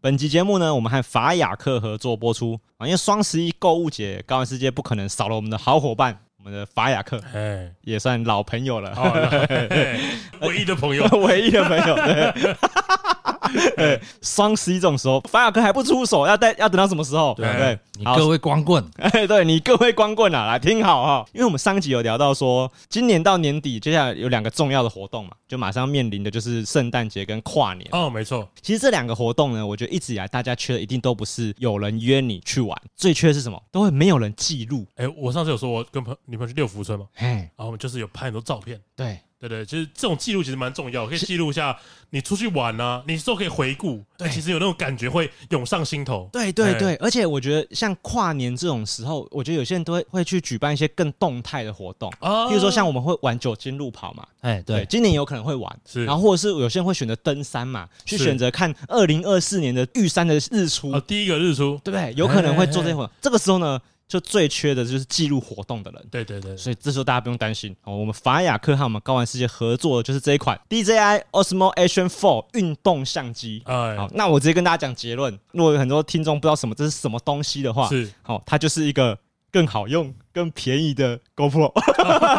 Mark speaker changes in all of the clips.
Speaker 1: 本集节目呢，我们和法雅克合作播出啊，因为双十一购物节，高玩世界不可能少了我们的好伙伴，我们的法雅克
Speaker 2: 哎，
Speaker 1: 也算老朋友了，
Speaker 2: 好， 哎唯一的朋 友
Speaker 1: 哦唯一的朋友。对对，双十一这种时候，法雅克还不出手，要待要等到什么时候？对不对，
Speaker 3: 你
Speaker 1: 好
Speaker 3: 各位光棍，
Speaker 1: 哎， 对你各位光棍啊，来听好哈、因为我们上一集有聊到说，今年到年底，接下来有两个重要的活动嘛，就马上面临的就是圣诞节跟跨年。
Speaker 2: 哦，没错，
Speaker 1: 其实这两个活动呢，我觉得一直以来大家缺的一定都不是有人约你去玩，最缺的是什么？都会没有人记录。
Speaker 2: 哎，我上次有说我跟朋女朋友去六福村嘛，
Speaker 1: 哎，
Speaker 2: 然后我们就是有拍很多照片，
Speaker 1: 对，
Speaker 2: 对对，其实这种记录其实蛮重要，可以记录一下你出去玩啊，你之后可以回顾，哎，其实有那种感觉会涌上心头，
Speaker 1: 对对
Speaker 2: 哎
Speaker 1: 对，而且我觉得像跨年这种时候，我觉得有些人都会会去举办一些更动态的活动。
Speaker 2: 啊
Speaker 1: 譬如说，像我们会玩酒精路跑嘛，
Speaker 3: 哎，对，
Speaker 1: 今年有可能会玩，
Speaker 2: 是
Speaker 1: 然后或者是有些人会选择登山嘛，去
Speaker 2: 是
Speaker 1: 选择看二零二四年的玉山的日出，
Speaker 2: 啊，第一个日出，
Speaker 1: 对不对？有可能会做这些活动。这个时候呢，就最缺的就是记录活动的人。
Speaker 2: 对对对，
Speaker 1: 所以这时候大家不用担心哦，我们法雅克和我们高玩世界合作的就是这一款 DJI Osmo Action 4运动相机。
Speaker 2: 哎，
Speaker 1: 好，那我直接跟大家讲结论。如果有很多听众不知道什么这是什么东西的话，
Speaker 2: 是
Speaker 1: 好、它就是一个更好用、更便宜的 GoPro。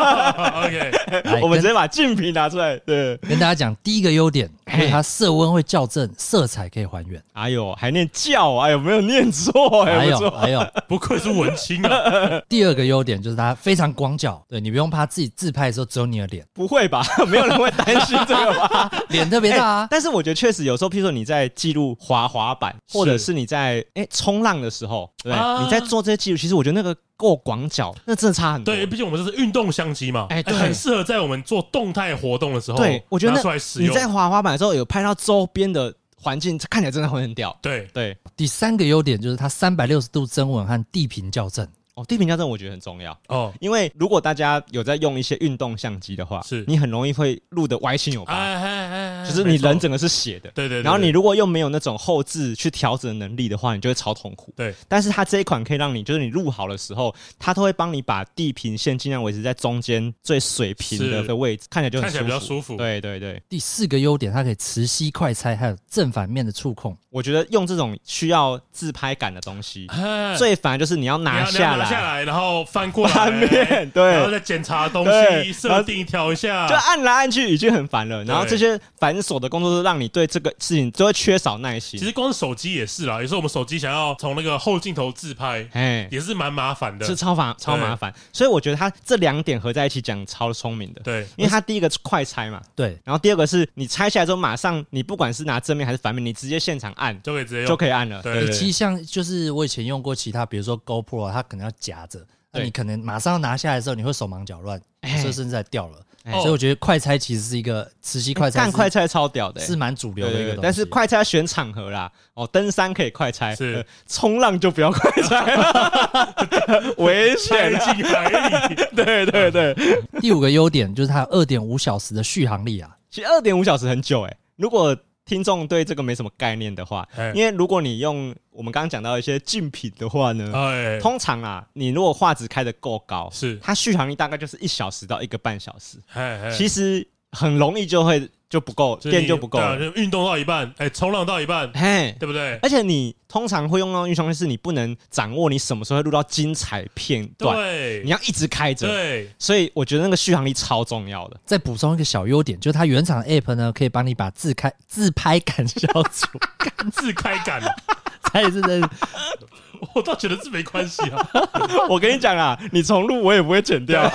Speaker 2: ，OK，
Speaker 3: 来
Speaker 1: 我们直
Speaker 3: 跟
Speaker 1: 接把竞品拿出来，对。
Speaker 3: 跟大家讲第一个优点，因
Speaker 1: 嘿
Speaker 3: 为它色温会校正，色彩可以还原。
Speaker 1: 哎呦，还念教，哎呦，没有念错，哎，
Speaker 3: 还
Speaker 1: 不
Speaker 3: 有
Speaker 1: 错，
Speaker 3: 还有，
Speaker 2: 不愧是文青啊，
Speaker 3: 第二个优点就是它非常广角，对你不用怕自己自拍的时候只有你的脸，
Speaker 1: 不会吧？ 没有人会担心这个吧？
Speaker 3: 脸特别大啊。
Speaker 1: 哎但是我觉得确实有时候，譬如说你在记录滑滑板，
Speaker 2: 是
Speaker 1: 或者是你在哎冲浪的时候，对不对、
Speaker 2: 啊
Speaker 1: 你在做这些记录，其实我觉得那个够广角，那真的差很多。
Speaker 2: 对，毕竟我们这是运动相机嘛，
Speaker 1: 哎对
Speaker 2: 很适合在我们做动态活动的时候，
Speaker 1: 对我觉得那
Speaker 2: 拿出来使
Speaker 1: 你
Speaker 2: 用，
Speaker 1: 在滑滑板的时候有拍到周边的环境，看起来真的会很屌。
Speaker 2: 对，
Speaker 1: 对，
Speaker 3: 第三个优点就是它三百六十度增稳和地平校正，
Speaker 1: 哦，地平校正我觉得很重要。
Speaker 2: 哦，
Speaker 1: 因为如果大家有在用一些运动相机的话，
Speaker 2: 是
Speaker 1: 你很容易会录的歪七扭八，
Speaker 2: 哎哎哎，哎
Speaker 1: 就是你人
Speaker 2: 没错
Speaker 1: 整个是斜的，
Speaker 2: 对对对，
Speaker 1: 然后你
Speaker 2: 对
Speaker 1: 如果又没有那种后置去调整的能力的话，你就会超痛苦。
Speaker 2: 对，
Speaker 1: 但是它这一款可以让你，就是你录好的时候，它都会帮你把地平线尽量维持在中间最水平的
Speaker 2: 是
Speaker 1: 的位置，看起来就很
Speaker 2: 看起来比较
Speaker 1: 舒
Speaker 2: 舒服
Speaker 1: 对对对，
Speaker 3: 第四个优点它可以磁吸快拆，还有正反面的触控。
Speaker 1: 我觉得用这种需要自拍感的东西，
Speaker 2: 哎
Speaker 1: 最烦就是你要
Speaker 2: 你要
Speaker 1: 拿
Speaker 2: 你要
Speaker 1: 下
Speaker 2: 拿下
Speaker 1: 来，
Speaker 2: 来，然后翻过来
Speaker 1: 翻面对
Speaker 2: 然后再检查东
Speaker 1: 对
Speaker 2: 西，设定调一下
Speaker 1: 就，啊按来按去已经很烦了，然后这些繁琐的工作都让你对这个事情都会缺少耐心。
Speaker 2: 其实光是手机也是啦，有时候我们手机想要从那个后镜头自拍，
Speaker 1: 哎，
Speaker 2: 也是蛮麻烦的
Speaker 1: 是，超麻超麻烦，所以我觉得它这两点合在一起讲超聪明的。
Speaker 2: 对，
Speaker 1: 因为它第一个是快拆嘛，
Speaker 3: 对，
Speaker 1: 然后第二个是你拆下来之后，马上你不管是拿正面还是反面，你直接现场按
Speaker 2: 就可以直接
Speaker 1: 就
Speaker 2: 用，
Speaker 1: 可以按了。
Speaker 2: 对
Speaker 1: 对
Speaker 3: 其
Speaker 1: 对
Speaker 3: 实像就是我以前用过其他，比如说 GoPro，啊它可能要夹着，那
Speaker 1: 对
Speaker 3: 你可能马上要拿下来的时候，你会手忙脚乱，
Speaker 1: 哎
Speaker 3: 所以甚至还掉了。
Speaker 1: 哎
Speaker 3: 所以我觉得快拆其实是一个磁吸快拆
Speaker 1: 干
Speaker 3: 是，
Speaker 1: 快拆超屌的欸，
Speaker 3: 是蛮主流
Speaker 1: 对
Speaker 3: 的一
Speaker 1: 对
Speaker 3: 个
Speaker 1: 对
Speaker 3: 东，西。
Speaker 1: 但是快拆选场合啦，哦，登山可以快拆，
Speaker 2: 是
Speaker 1: 呃冲浪就不要快拆了，危险
Speaker 2: 塞
Speaker 1: 啊。
Speaker 2: 进海里，
Speaker 1: 对对对，
Speaker 3: 第五个优点就是它二点五小时的续航力啊，
Speaker 1: 其实二点五小时很久哎，如果。听众对这个没什么概念的话，
Speaker 2: 哎
Speaker 1: 因为如果你用我们刚刚讲到一些竞品的话呢，
Speaker 2: 哎，
Speaker 1: 通常啊，你如果画质开的够高，
Speaker 2: 是，
Speaker 1: 它续航力大概就是一小时到一个半小时，
Speaker 2: 哎哎
Speaker 1: 其实很容易就会就不够，
Speaker 2: 是
Speaker 1: 电
Speaker 2: 你
Speaker 1: 就不够
Speaker 2: 对啊
Speaker 1: 了。
Speaker 2: 就运动到一半，哎，冲浪到一半，
Speaker 1: 嘿，
Speaker 2: 对 不对？
Speaker 1: 而且你通常会用到运动，是你不能掌握你什么时候会录到精彩片段，
Speaker 2: 对
Speaker 1: 你，要一直开着。
Speaker 2: 对，
Speaker 1: 所以我觉得那个续航力超重要的。
Speaker 3: 再补充一个小优点，就是它原厂的 App 呢可以帮你把自开自拍感消除，
Speaker 2: 自开感，
Speaker 3: 才是 真的是
Speaker 2: 我倒觉得是没关系啊。
Speaker 1: 我跟你讲啊，你重录我也不会剪掉。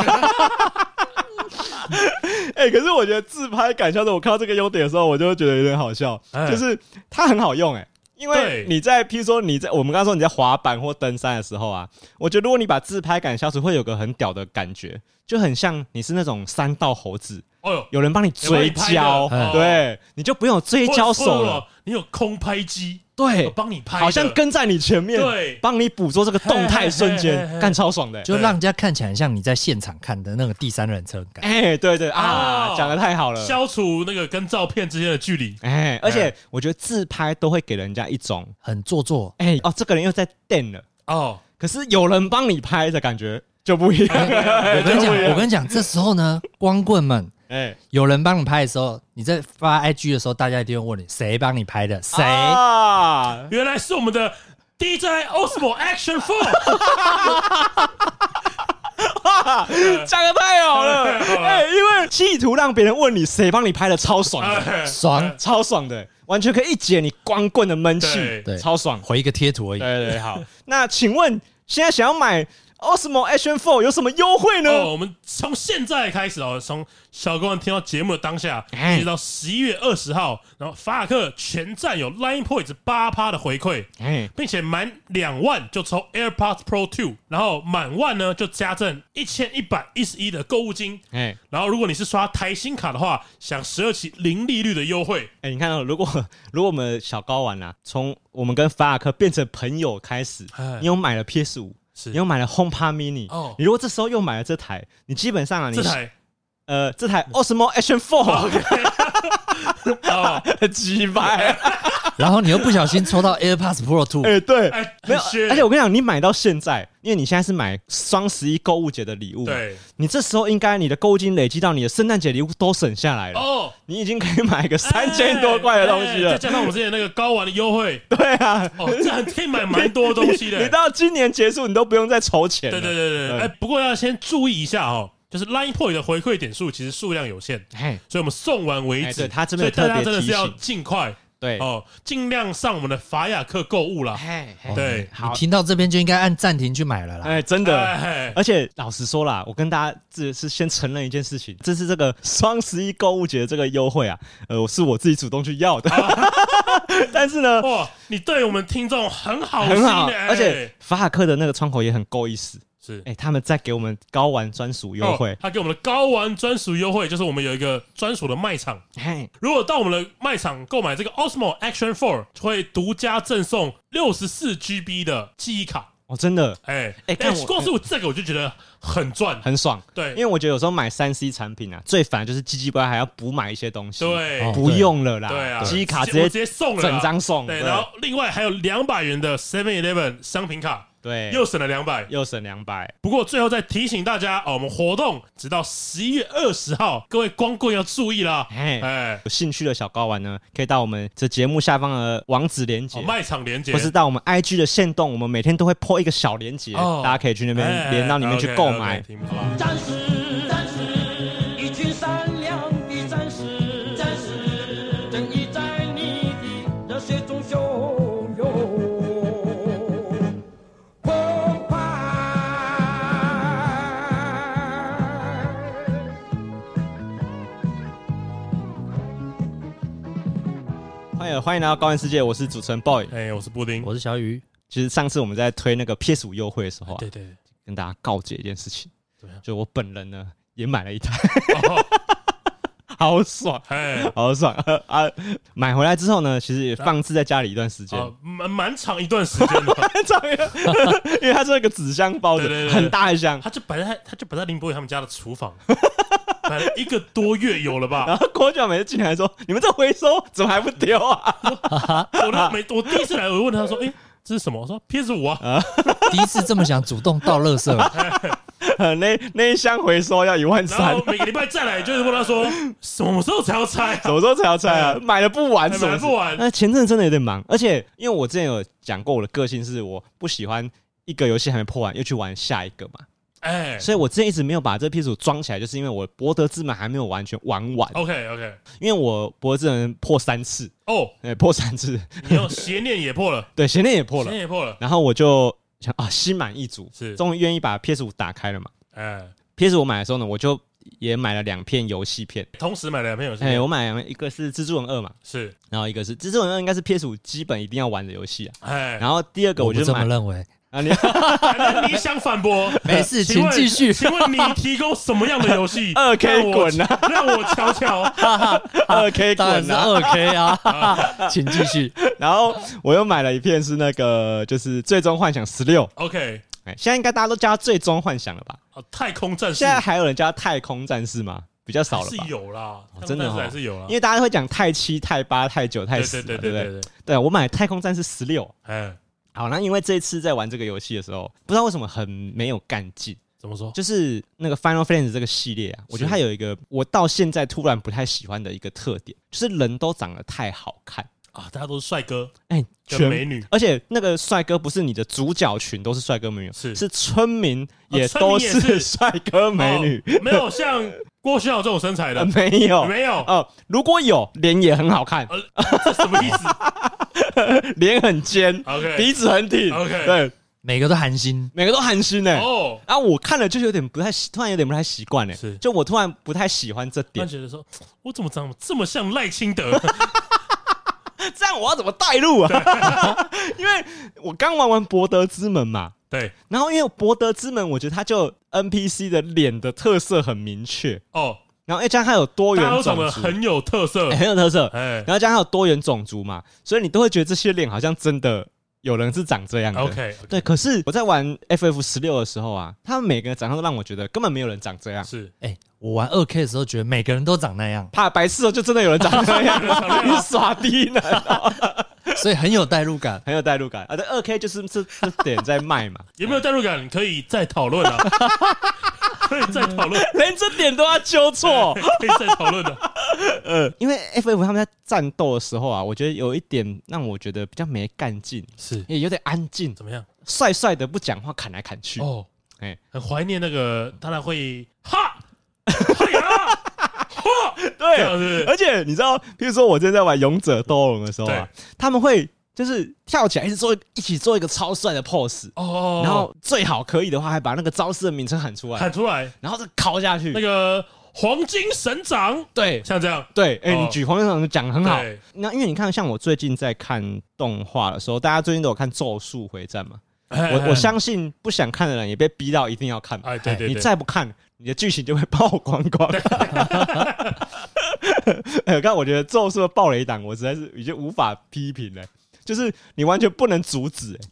Speaker 1: 哎、可是我觉得自拍感消的，我看到这个优点的时候，我就会觉得有点好笑，
Speaker 2: 哎
Speaker 1: 就是它很好用哎、因为
Speaker 2: 对
Speaker 1: 你在，譬如说你在我们刚刚说你在滑板或登山的时候啊，我觉得如果你把自拍感消除，会有个很屌的感觉，就很像你是那种山道猴子，
Speaker 2: 哦哟，
Speaker 1: 有人帮你追焦
Speaker 2: 有人帮你拍的，哎
Speaker 1: 对，你就不用有追焦手
Speaker 2: 或者
Speaker 1: 了，
Speaker 2: 说你有空拍机，
Speaker 1: 对
Speaker 2: 我，帮你拍的，
Speaker 1: 好像跟在你前面，
Speaker 2: 对
Speaker 1: 帮你捕捉这个动态瞬
Speaker 2: 嘿嘿嘿
Speaker 1: 间，
Speaker 2: 嘿
Speaker 1: 干超爽的欸、
Speaker 3: 就让人家看起来很像你在现场看的那个第三人称感。
Speaker 1: 哎、对对啊，
Speaker 2: 哦
Speaker 1: 讲、的太好了。
Speaker 2: 消除那个跟照片之间的距离。
Speaker 1: 哎、而且我觉得自拍都会给人家一种，
Speaker 3: 很做 作，
Speaker 1: 哎、哦，这个人又在电了，
Speaker 2: 哦，
Speaker 1: 可是有人帮你拍的感觉就不一样。
Speaker 3: 我跟你讲，
Speaker 1: 对
Speaker 3: 我跟你讲，这时候呢，光棍们
Speaker 1: 哎、
Speaker 3: 有人 帮你拍的时候，你在发 IG 的时候，大家一定会问你谁帮你拍的，谁？
Speaker 1: 啊？
Speaker 2: 来是我们的 DJI Osmo Action Four，
Speaker 1: 讲的太好 了，
Speaker 2: 太好了
Speaker 1: 哎、因为企图让别人问你谁帮你拍的，超 爽 的，
Speaker 2: 哎
Speaker 3: 爽，
Speaker 1: 超爽的，完全可以一解你光棍的闷气
Speaker 2: 对，
Speaker 3: 对
Speaker 1: 超爽。
Speaker 3: 回一个贴 图而已。
Speaker 1: 对对对，好。那请问现在想要买 Osmo Action Four 有什么优惠呢？
Speaker 2: 哦，我们从现在开始哦，从小哥们听到节目的当下，
Speaker 1: 哎
Speaker 2: 一直到十一月二十号，然后法尔克全站有 Line Points 八趴的回馈，
Speaker 1: 哎、
Speaker 2: 并且满两万就抽 AirPods Pro Two，然后满万呢就加赠一千一百一十一的购物金。
Speaker 1: 哎哎、
Speaker 2: 然后如果你是刷台新卡的话，享十二期零利率的优惠。
Speaker 1: 你看、哦，如果如果我们小高玩啊，从我们跟法尔克变成朋友开始
Speaker 2: 哎，
Speaker 1: 你又买了 PS 五，
Speaker 2: 是
Speaker 1: 你又买了 HomePod Mini，、
Speaker 2: 哦
Speaker 1: 你如果这时候又买了这台，你基本上啊，你
Speaker 2: 这台啊
Speaker 1: 呃这台 Osmo Action Four
Speaker 2: 哦，
Speaker 1: 很鸡掰，
Speaker 3: 然后你又不小心抽到 AirPods Pro Two，
Speaker 1: 哎、对。
Speaker 2: 哎，
Speaker 1: 没有
Speaker 2: 很缺，
Speaker 1: 而且我跟你讲，你买到现在，因为你现在是买双十一购物节的礼物嘛，
Speaker 2: 对
Speaker 1: 你这时候应该你的购物金累积到你的圣诞节礼物都省下来了，
Speaker 2: 哦，
Speaker 1: 你已经可以买一个三千多块的东西
Speaker 2: 哎哎
Speaker 1: 了
Speaker 2: 再。加上我们之前那个高玩的优 惠，
Speaker 1: 对啊，
Speaker 2: 哦，这很可以买蛮多东 西的。
Speaker 1: 你到今年结束，你都不用再筹钱了。
Speaker 2: 对对对对，
Speaker 1: 嗯
Speaker 2: 哎，不过要先注意一下哦，就是 Line Point 的回馈点数其实数量有限，
Speaker 1: 哎，
Speaker 2: 所以我们送完为
Speaker 1: 哎
Speaker 2: 止。
Speaker 1: 对他这
Speaker 2: 所
Speaker 1: 边
Speaker 2: 以
Speaker 1: 有
Speaker 2: 大家
Speaker 1: 特别
Speaker 2: 真的
Speaker 1: 提
Speaker 2: 是要
Speaker 1: 醒
Speaker 2: 尽快
Speaker 1: 对，
Speaker 2: 哦，尽量上我们的法雅克购物啦。
Speaker 1: 哎
Speaker 3: 哦
Speaker 2: 对
Speaker 1: 好
Speaker 3: 你听到这边就应该按暂停去买了啦。
Speaker 1: 哎，真的。
Speaker 2: 哎，
Speaker 1: 而且老实说啦，我跟大家这是先承认一件事情，这是这个双十一购物节的这个优惠啊，呃，我是我自己主动去要的， 但是 呢，
Speaker 2: 啊哇，你对我们听众很好心
Speaker 1: 很好，
Speaker 2: 哎，
Speaker 1: 而且法尔克的那个窗口也很够意思，
Speaker 2: 是
Speaker 1: 哎，他们在给我们高玩专属优
Speaker 2: 哦
Speaker 1: 惠，
Speaker 2: 他给我们的高玩专属优惠，就是我们有一个专属的卖场。
Speaker 1: 哎，
Speaker 2: 如果到我们的卖场购买这个 Osmo Action Four，就会独家赠送六十四 GB 的记忆卡。
Speaker 1: 哦，真的
Speaker 2: 哎
Speaker 1: 哎看我
Speaker 2: 光是我这个我就觉得很赚。
Speaker 1: 很爽。
Speaker 2: 对，
Speaker 1: 因为我觉得有时候买三 C 产品啊，最烦就是唧唧歪还要补买一些东西，，
Speaker 2: 对、
Speaker 3: 哦
Speaker 1: 不用了啦，
Speaker 2: 哎对啊，
Speaker 1: 记忆卡
Speaker 2: 直接我
Speaker 1: 直
Speaker 2: 直
Speaker 1: 接
Speaker 2: 接送了啦
Speaker 1: 整张送，
Speaker 2: 对，然后另外还有两百元的 Seven Eleven 商品卡，
Speaker 1: 对
Speaker 2: 又省了两百。
Speaker 1: 又省两百，
Speaker 2: 不过最后再提醒大家哦，我们活动直到十一月二十号，各位光棍要注意啦。
Speaker 1: 哎，
Speaker 2: 哎，
Speaker 1: 有兴趣的小高玩呢，可以到我们这节目下方的网址连
Speaker 2: 哦
Speaker 1: 接。
Speaker 2: 卖场连接
Speaker 1: 或是到我们 IG 的线动，我们每天都会 po 一个小连接，
Speaker 2: 哦
Speaker 1: 大家可以去那边连到里面去购
Speaker 2: 哎
Speaker 1: 买。
Speaker 4: 战士，战士，一群善良的战士，战士，正义在你的热血中汹涌澎湃。
Speaker 1: 欢迎欢迎来到高玩世界，我是主持人 boy。
Speaker 2: 哎，我是布丁，
Speaker 3: 我是小雨，
Speaker 1: 其实上次我们在推那个 PS 五优惠的时候啊，
Speaker 2: 对对，
Speaker 1: 跟大家告诫一件事情
Speaker 2: 怎么样，
Speaker 1: 就我本人呢也买了一台，
Speaker 2: 哦
Speaker 1: 好爽。
Speaker 2: 哎，
Speaker 1: 好爽 啊！买回来之后呢，其实也放置在家里一段时间，
Speaker 2: 啊哦，蛮蛮长一段时间的，
Speaker 1: 很长一段 因为它是一个纸箱包
Speaker 2: 对对
Speaker 1: 的，
Speaker 2: 对
Speaker 1: 很大一箱，
Speaker 2: 他就摆在他就摆在林博宇他们家的 厨房，摆了一个多月有了吧？
Speaker 1: 然后郭教每次进来说：“你们这回收怎么还不丢啊
Speaker 2: 我那每我第一次来，我就问他说：“哎、这是什么？”我说：“PS 五啊。
Speaker 3: 第一次这么想主动倒垃 圾，？”
Speaker 1: 那那一箱回收要一万
Speaker 2: 然
Speaker 1: 三
Speaker 2: 后，每个礼拜再来，就是问他说：“什么时候才要拆、
Speaker 1: 什
Speaker 2: 啊
Speaker 1: 么时候才要拆啊？买了不完，
Speaker 2: 还
Speaker 1: 是
Speaker 2: 哎买
Speaker 1: 不
Speaker 2: 不
Speaker 1: 是？
Speaker 2: 完。
Speaker 1: 那哎前阵子真的有点忙，而且因为我之前有讲过，我的个性是我不喜欢一个游戏还没破完又去玩下一个嘛，”
Speaker 2: 哎
Speaker 1: 所以我之前一直没有把这 PS 五装起来，就是因为我博德之门还没有完全玩完，
Speaker 2: ，OK OK，
Speaker 1: 因为我博德之门破三次，
Speaker 2: 哦，
Speaker 1: 哎，破三次，
Speaker 2: 你要邪念也破了，
Speaker 1: 对，鞋垫也 破
Speaker 2: 邪
Speaker 1: 了
Speaker 2: 念，也破了，
Speaker 1: 然后我就想啊，心满意足，
Speaker 2: 是
Speaker 1: 终于愿意把 PS 五打开了嘛。
Speaker 2: 哎，
Speaker 1: PS 五买的时候呢，我就也买了两片游戏片，
Speaker 2: 同时买了两片游戏
Speaker 1: 哎、，我买了一个是《蜘蛛人二》嘛，
Speaker 2: 是，
Speaker 1: 然后一个是《蜘蛛人二》，应该是 PS 五基本一定要玩的游戏啊。
Speaker 2: 哎，
Speaker 1: 然后第二个
Speaker 3: 我
Speaker 1: 我
Speaker 3: 不
Speaker 1: 就
Speaker 3: 这么
Speaker 1: 买
Speaker 3: 认为。
Speaker 1: 啊，你？
Speaker 2: 那你想反驳？
Speaker 3: 没事，
Speaker 2: 请
Speaker 3: 请
Speaker 2: 问
Speaker 3: 继续。
Speaker 2: 请问你提供什么样的游戏
Speaker 1: 二 K 滚啊，
Speaker 2: 让我瞧瞧。
Speaker 1: 二 K
Speaker 3: 当然
Speaker 1: 滚
Speaker 3: 是
Speaker 1: 啊。
Speaker 3: 二 K 啊， 请继续。
Speaker 1: 然后我又买了一片是那个就是《最终幻想十六》，
Speaker 2: OK，
Speaker 1: 哎，现在应该大家都叫它《最终幻想》了吧？
Speaker 2: 哦，太空战士
Speaker 1: 现在还有人叫它《太空战士》吗？比较少
Speaker 2: 还
Speaker 1: 了
Speaker 2: 是
Speaker 1: 吧？
Speaker 2: 有啦，太空
Speaker 1: 真的
Speaker 2: 战士
Speaker 1: 哦
Speaker 2: 还是有啦
Speaker 1: 因。为大家会讲太七、太八、太九、太
Speaker 2: 对
Speaker 1: 十
Speaker 2: 对
Speaker 1: 嘛，
Speaker 2: 对
Speaker 1: 不对？
Speaker 2: 对对，
Speaker 1: 对啊我买《太空战士十六》。
Speaker 2: 哎，
Speaker 1: 好，那因为这一次在玩这个游戏的时候，不知道为什么很没有干劲，
Speaker 2: 怎么说？
Speaker 1: 就是那个 Final Fantasy 这个系列啊，我觉得它有一个我到现在突然不太喜欢的一个特点，就是人都长得太好看，
Speaker 2: 啊，大家都是帅哥
Speaker 1: 哎、
Speaker 2: 跟
Speaker 1: 全
Speaker 2: 美女，
Speaker 1: 而且那个帅哥不是你的主角群都是帅哥美女，
Speaker 2: 是哦
Speaker 1: 是村民也
Speaker 2: 村民
Speaker 1: 都
Speaker 2: 也
Speaker 1: 是
Speaker 2: 是
Speaker 1: 帅哥美女，
Speaker 2: 哦 没有像郭学友这种身材的
Speaker 1: 呃，没有
Speaker 2: 没有，
Speaker 1: 哦，如果有脸也很好看，
Speaker 2: 呃， 这什么意思
Speaker 1: 脸很尖，
Speaker 2: ？OK，
Speaker 1: 鼻子很挺
Speaker 2: OK
Speaker 1: 对，
Speaker 3: 每个都寒心，
Speaker 1: 每个都寒心呢。
Speaker 2: 哦，
Speaker 1: 啊，我看了就有点不太，喜，突然有点不太习惯呢欸
Speaker 2: 是。
Speaker 1: 就我突然不太喜欢这
Speaker 2: 突
Speaker 1: 点，
Speaker 2: 然觉得说，我怎么长得这么像赖清德？
Speaker 1: 这样我要怎么带路啊？ 因为我刚玩完《博德之门》嘛，
Speaker 2: 对，
Speaker 1: 然后因为《博德之门》，我觉得它就 NPC 的脸的特色很明确，
Speaker 2: 哦，
Speaker 1: 然后哎，加上它有多
Speaker 2: 大家
Speaker 1: 元
Speaker 2: 都
Speaker 1: 种
Speaker 2: 长得
Speaker 1: 族，
Speaker 2: 很有特色
Speaker 1: 哎，很有特色，
Speaker 2: 哎
Speaker 1: 然后加上它有多元种族嘛，所以你都会觉得这些脸好像真的有人是长这样的。
Speaker 2: ，OK，
Speaker 1: 对，可是我在玩 FF 十六的时候啊，他们每个人长相都让我觉得根本没有人长这样，
Speaker 2: 是，
Speaker 3: 哎、我玩二 K 的时候觉得每个人都长那样，
Speaker 1: 怕白痴哦，就真的有人长这样你耍低能哦，
Speaker 3: 所以很有代入感。
Speaker 1: 很有代入感啊。对，二 K 就是这这点在卖嘛，
Speaker 2: 有没有代入感？可以再讨论啊，可以再讨论，
Speaker 1: 连这点都要纠错。
Speaker 2: 可以再讨论啊的。
Speaker 1: 呃因为 FF 他们在战斗的时候啊，我觉得有一点让我觉得比较没干劲，
Speaker 2: 是
Speaker 1: 也有点安静，
Speaker 2: 怎么样？
Speaker 1: 帅帅的不讲话，砍来砍去。
Speaker 2: 哦，
Speaker 1: 哎
Speaker 2: 很怀念那个，当然会 哈，哈呀，哈，这
Speaker 1: 对
Speaker 2: 样，是不是
Speaker 1: 而且你知道，比如说我之前在玩勇者斗龙的时候啊，他们会就是跳起来，一直做一起做一个超帅的 pose，、
Speaker 2: 哦，
Speaker 1: 然后最好可以的话，还把那个招式的名称喊出来，
Speaker 2: 喊出来
Speaker 1: 然后再敲下去。
Speaker 2: 那个黄金神掌，
Speaker 1: 对
Speaker 2: 像这样，
Speaker 1: 对，哎、
Speaker 2: 哦
Speaker 1: 你举黄队长讲得很好。
Speaker 2: 对
Speaker 1: 那因为你看，像我最近在看动画的时候，大家最近都有看《咒术回战》嘛，我我，相信不想看的人也被逼到一定要看。
Speaker 2: 哎哎，对对
Speaker 1: 你
Speaker 2: 对，
Speaker 1: 再不看，你的剧情就会爆光光。 哎，刚我觉得咒术的爆雷党，我实在是已经无法批评了，就是你完全不能阻止、哎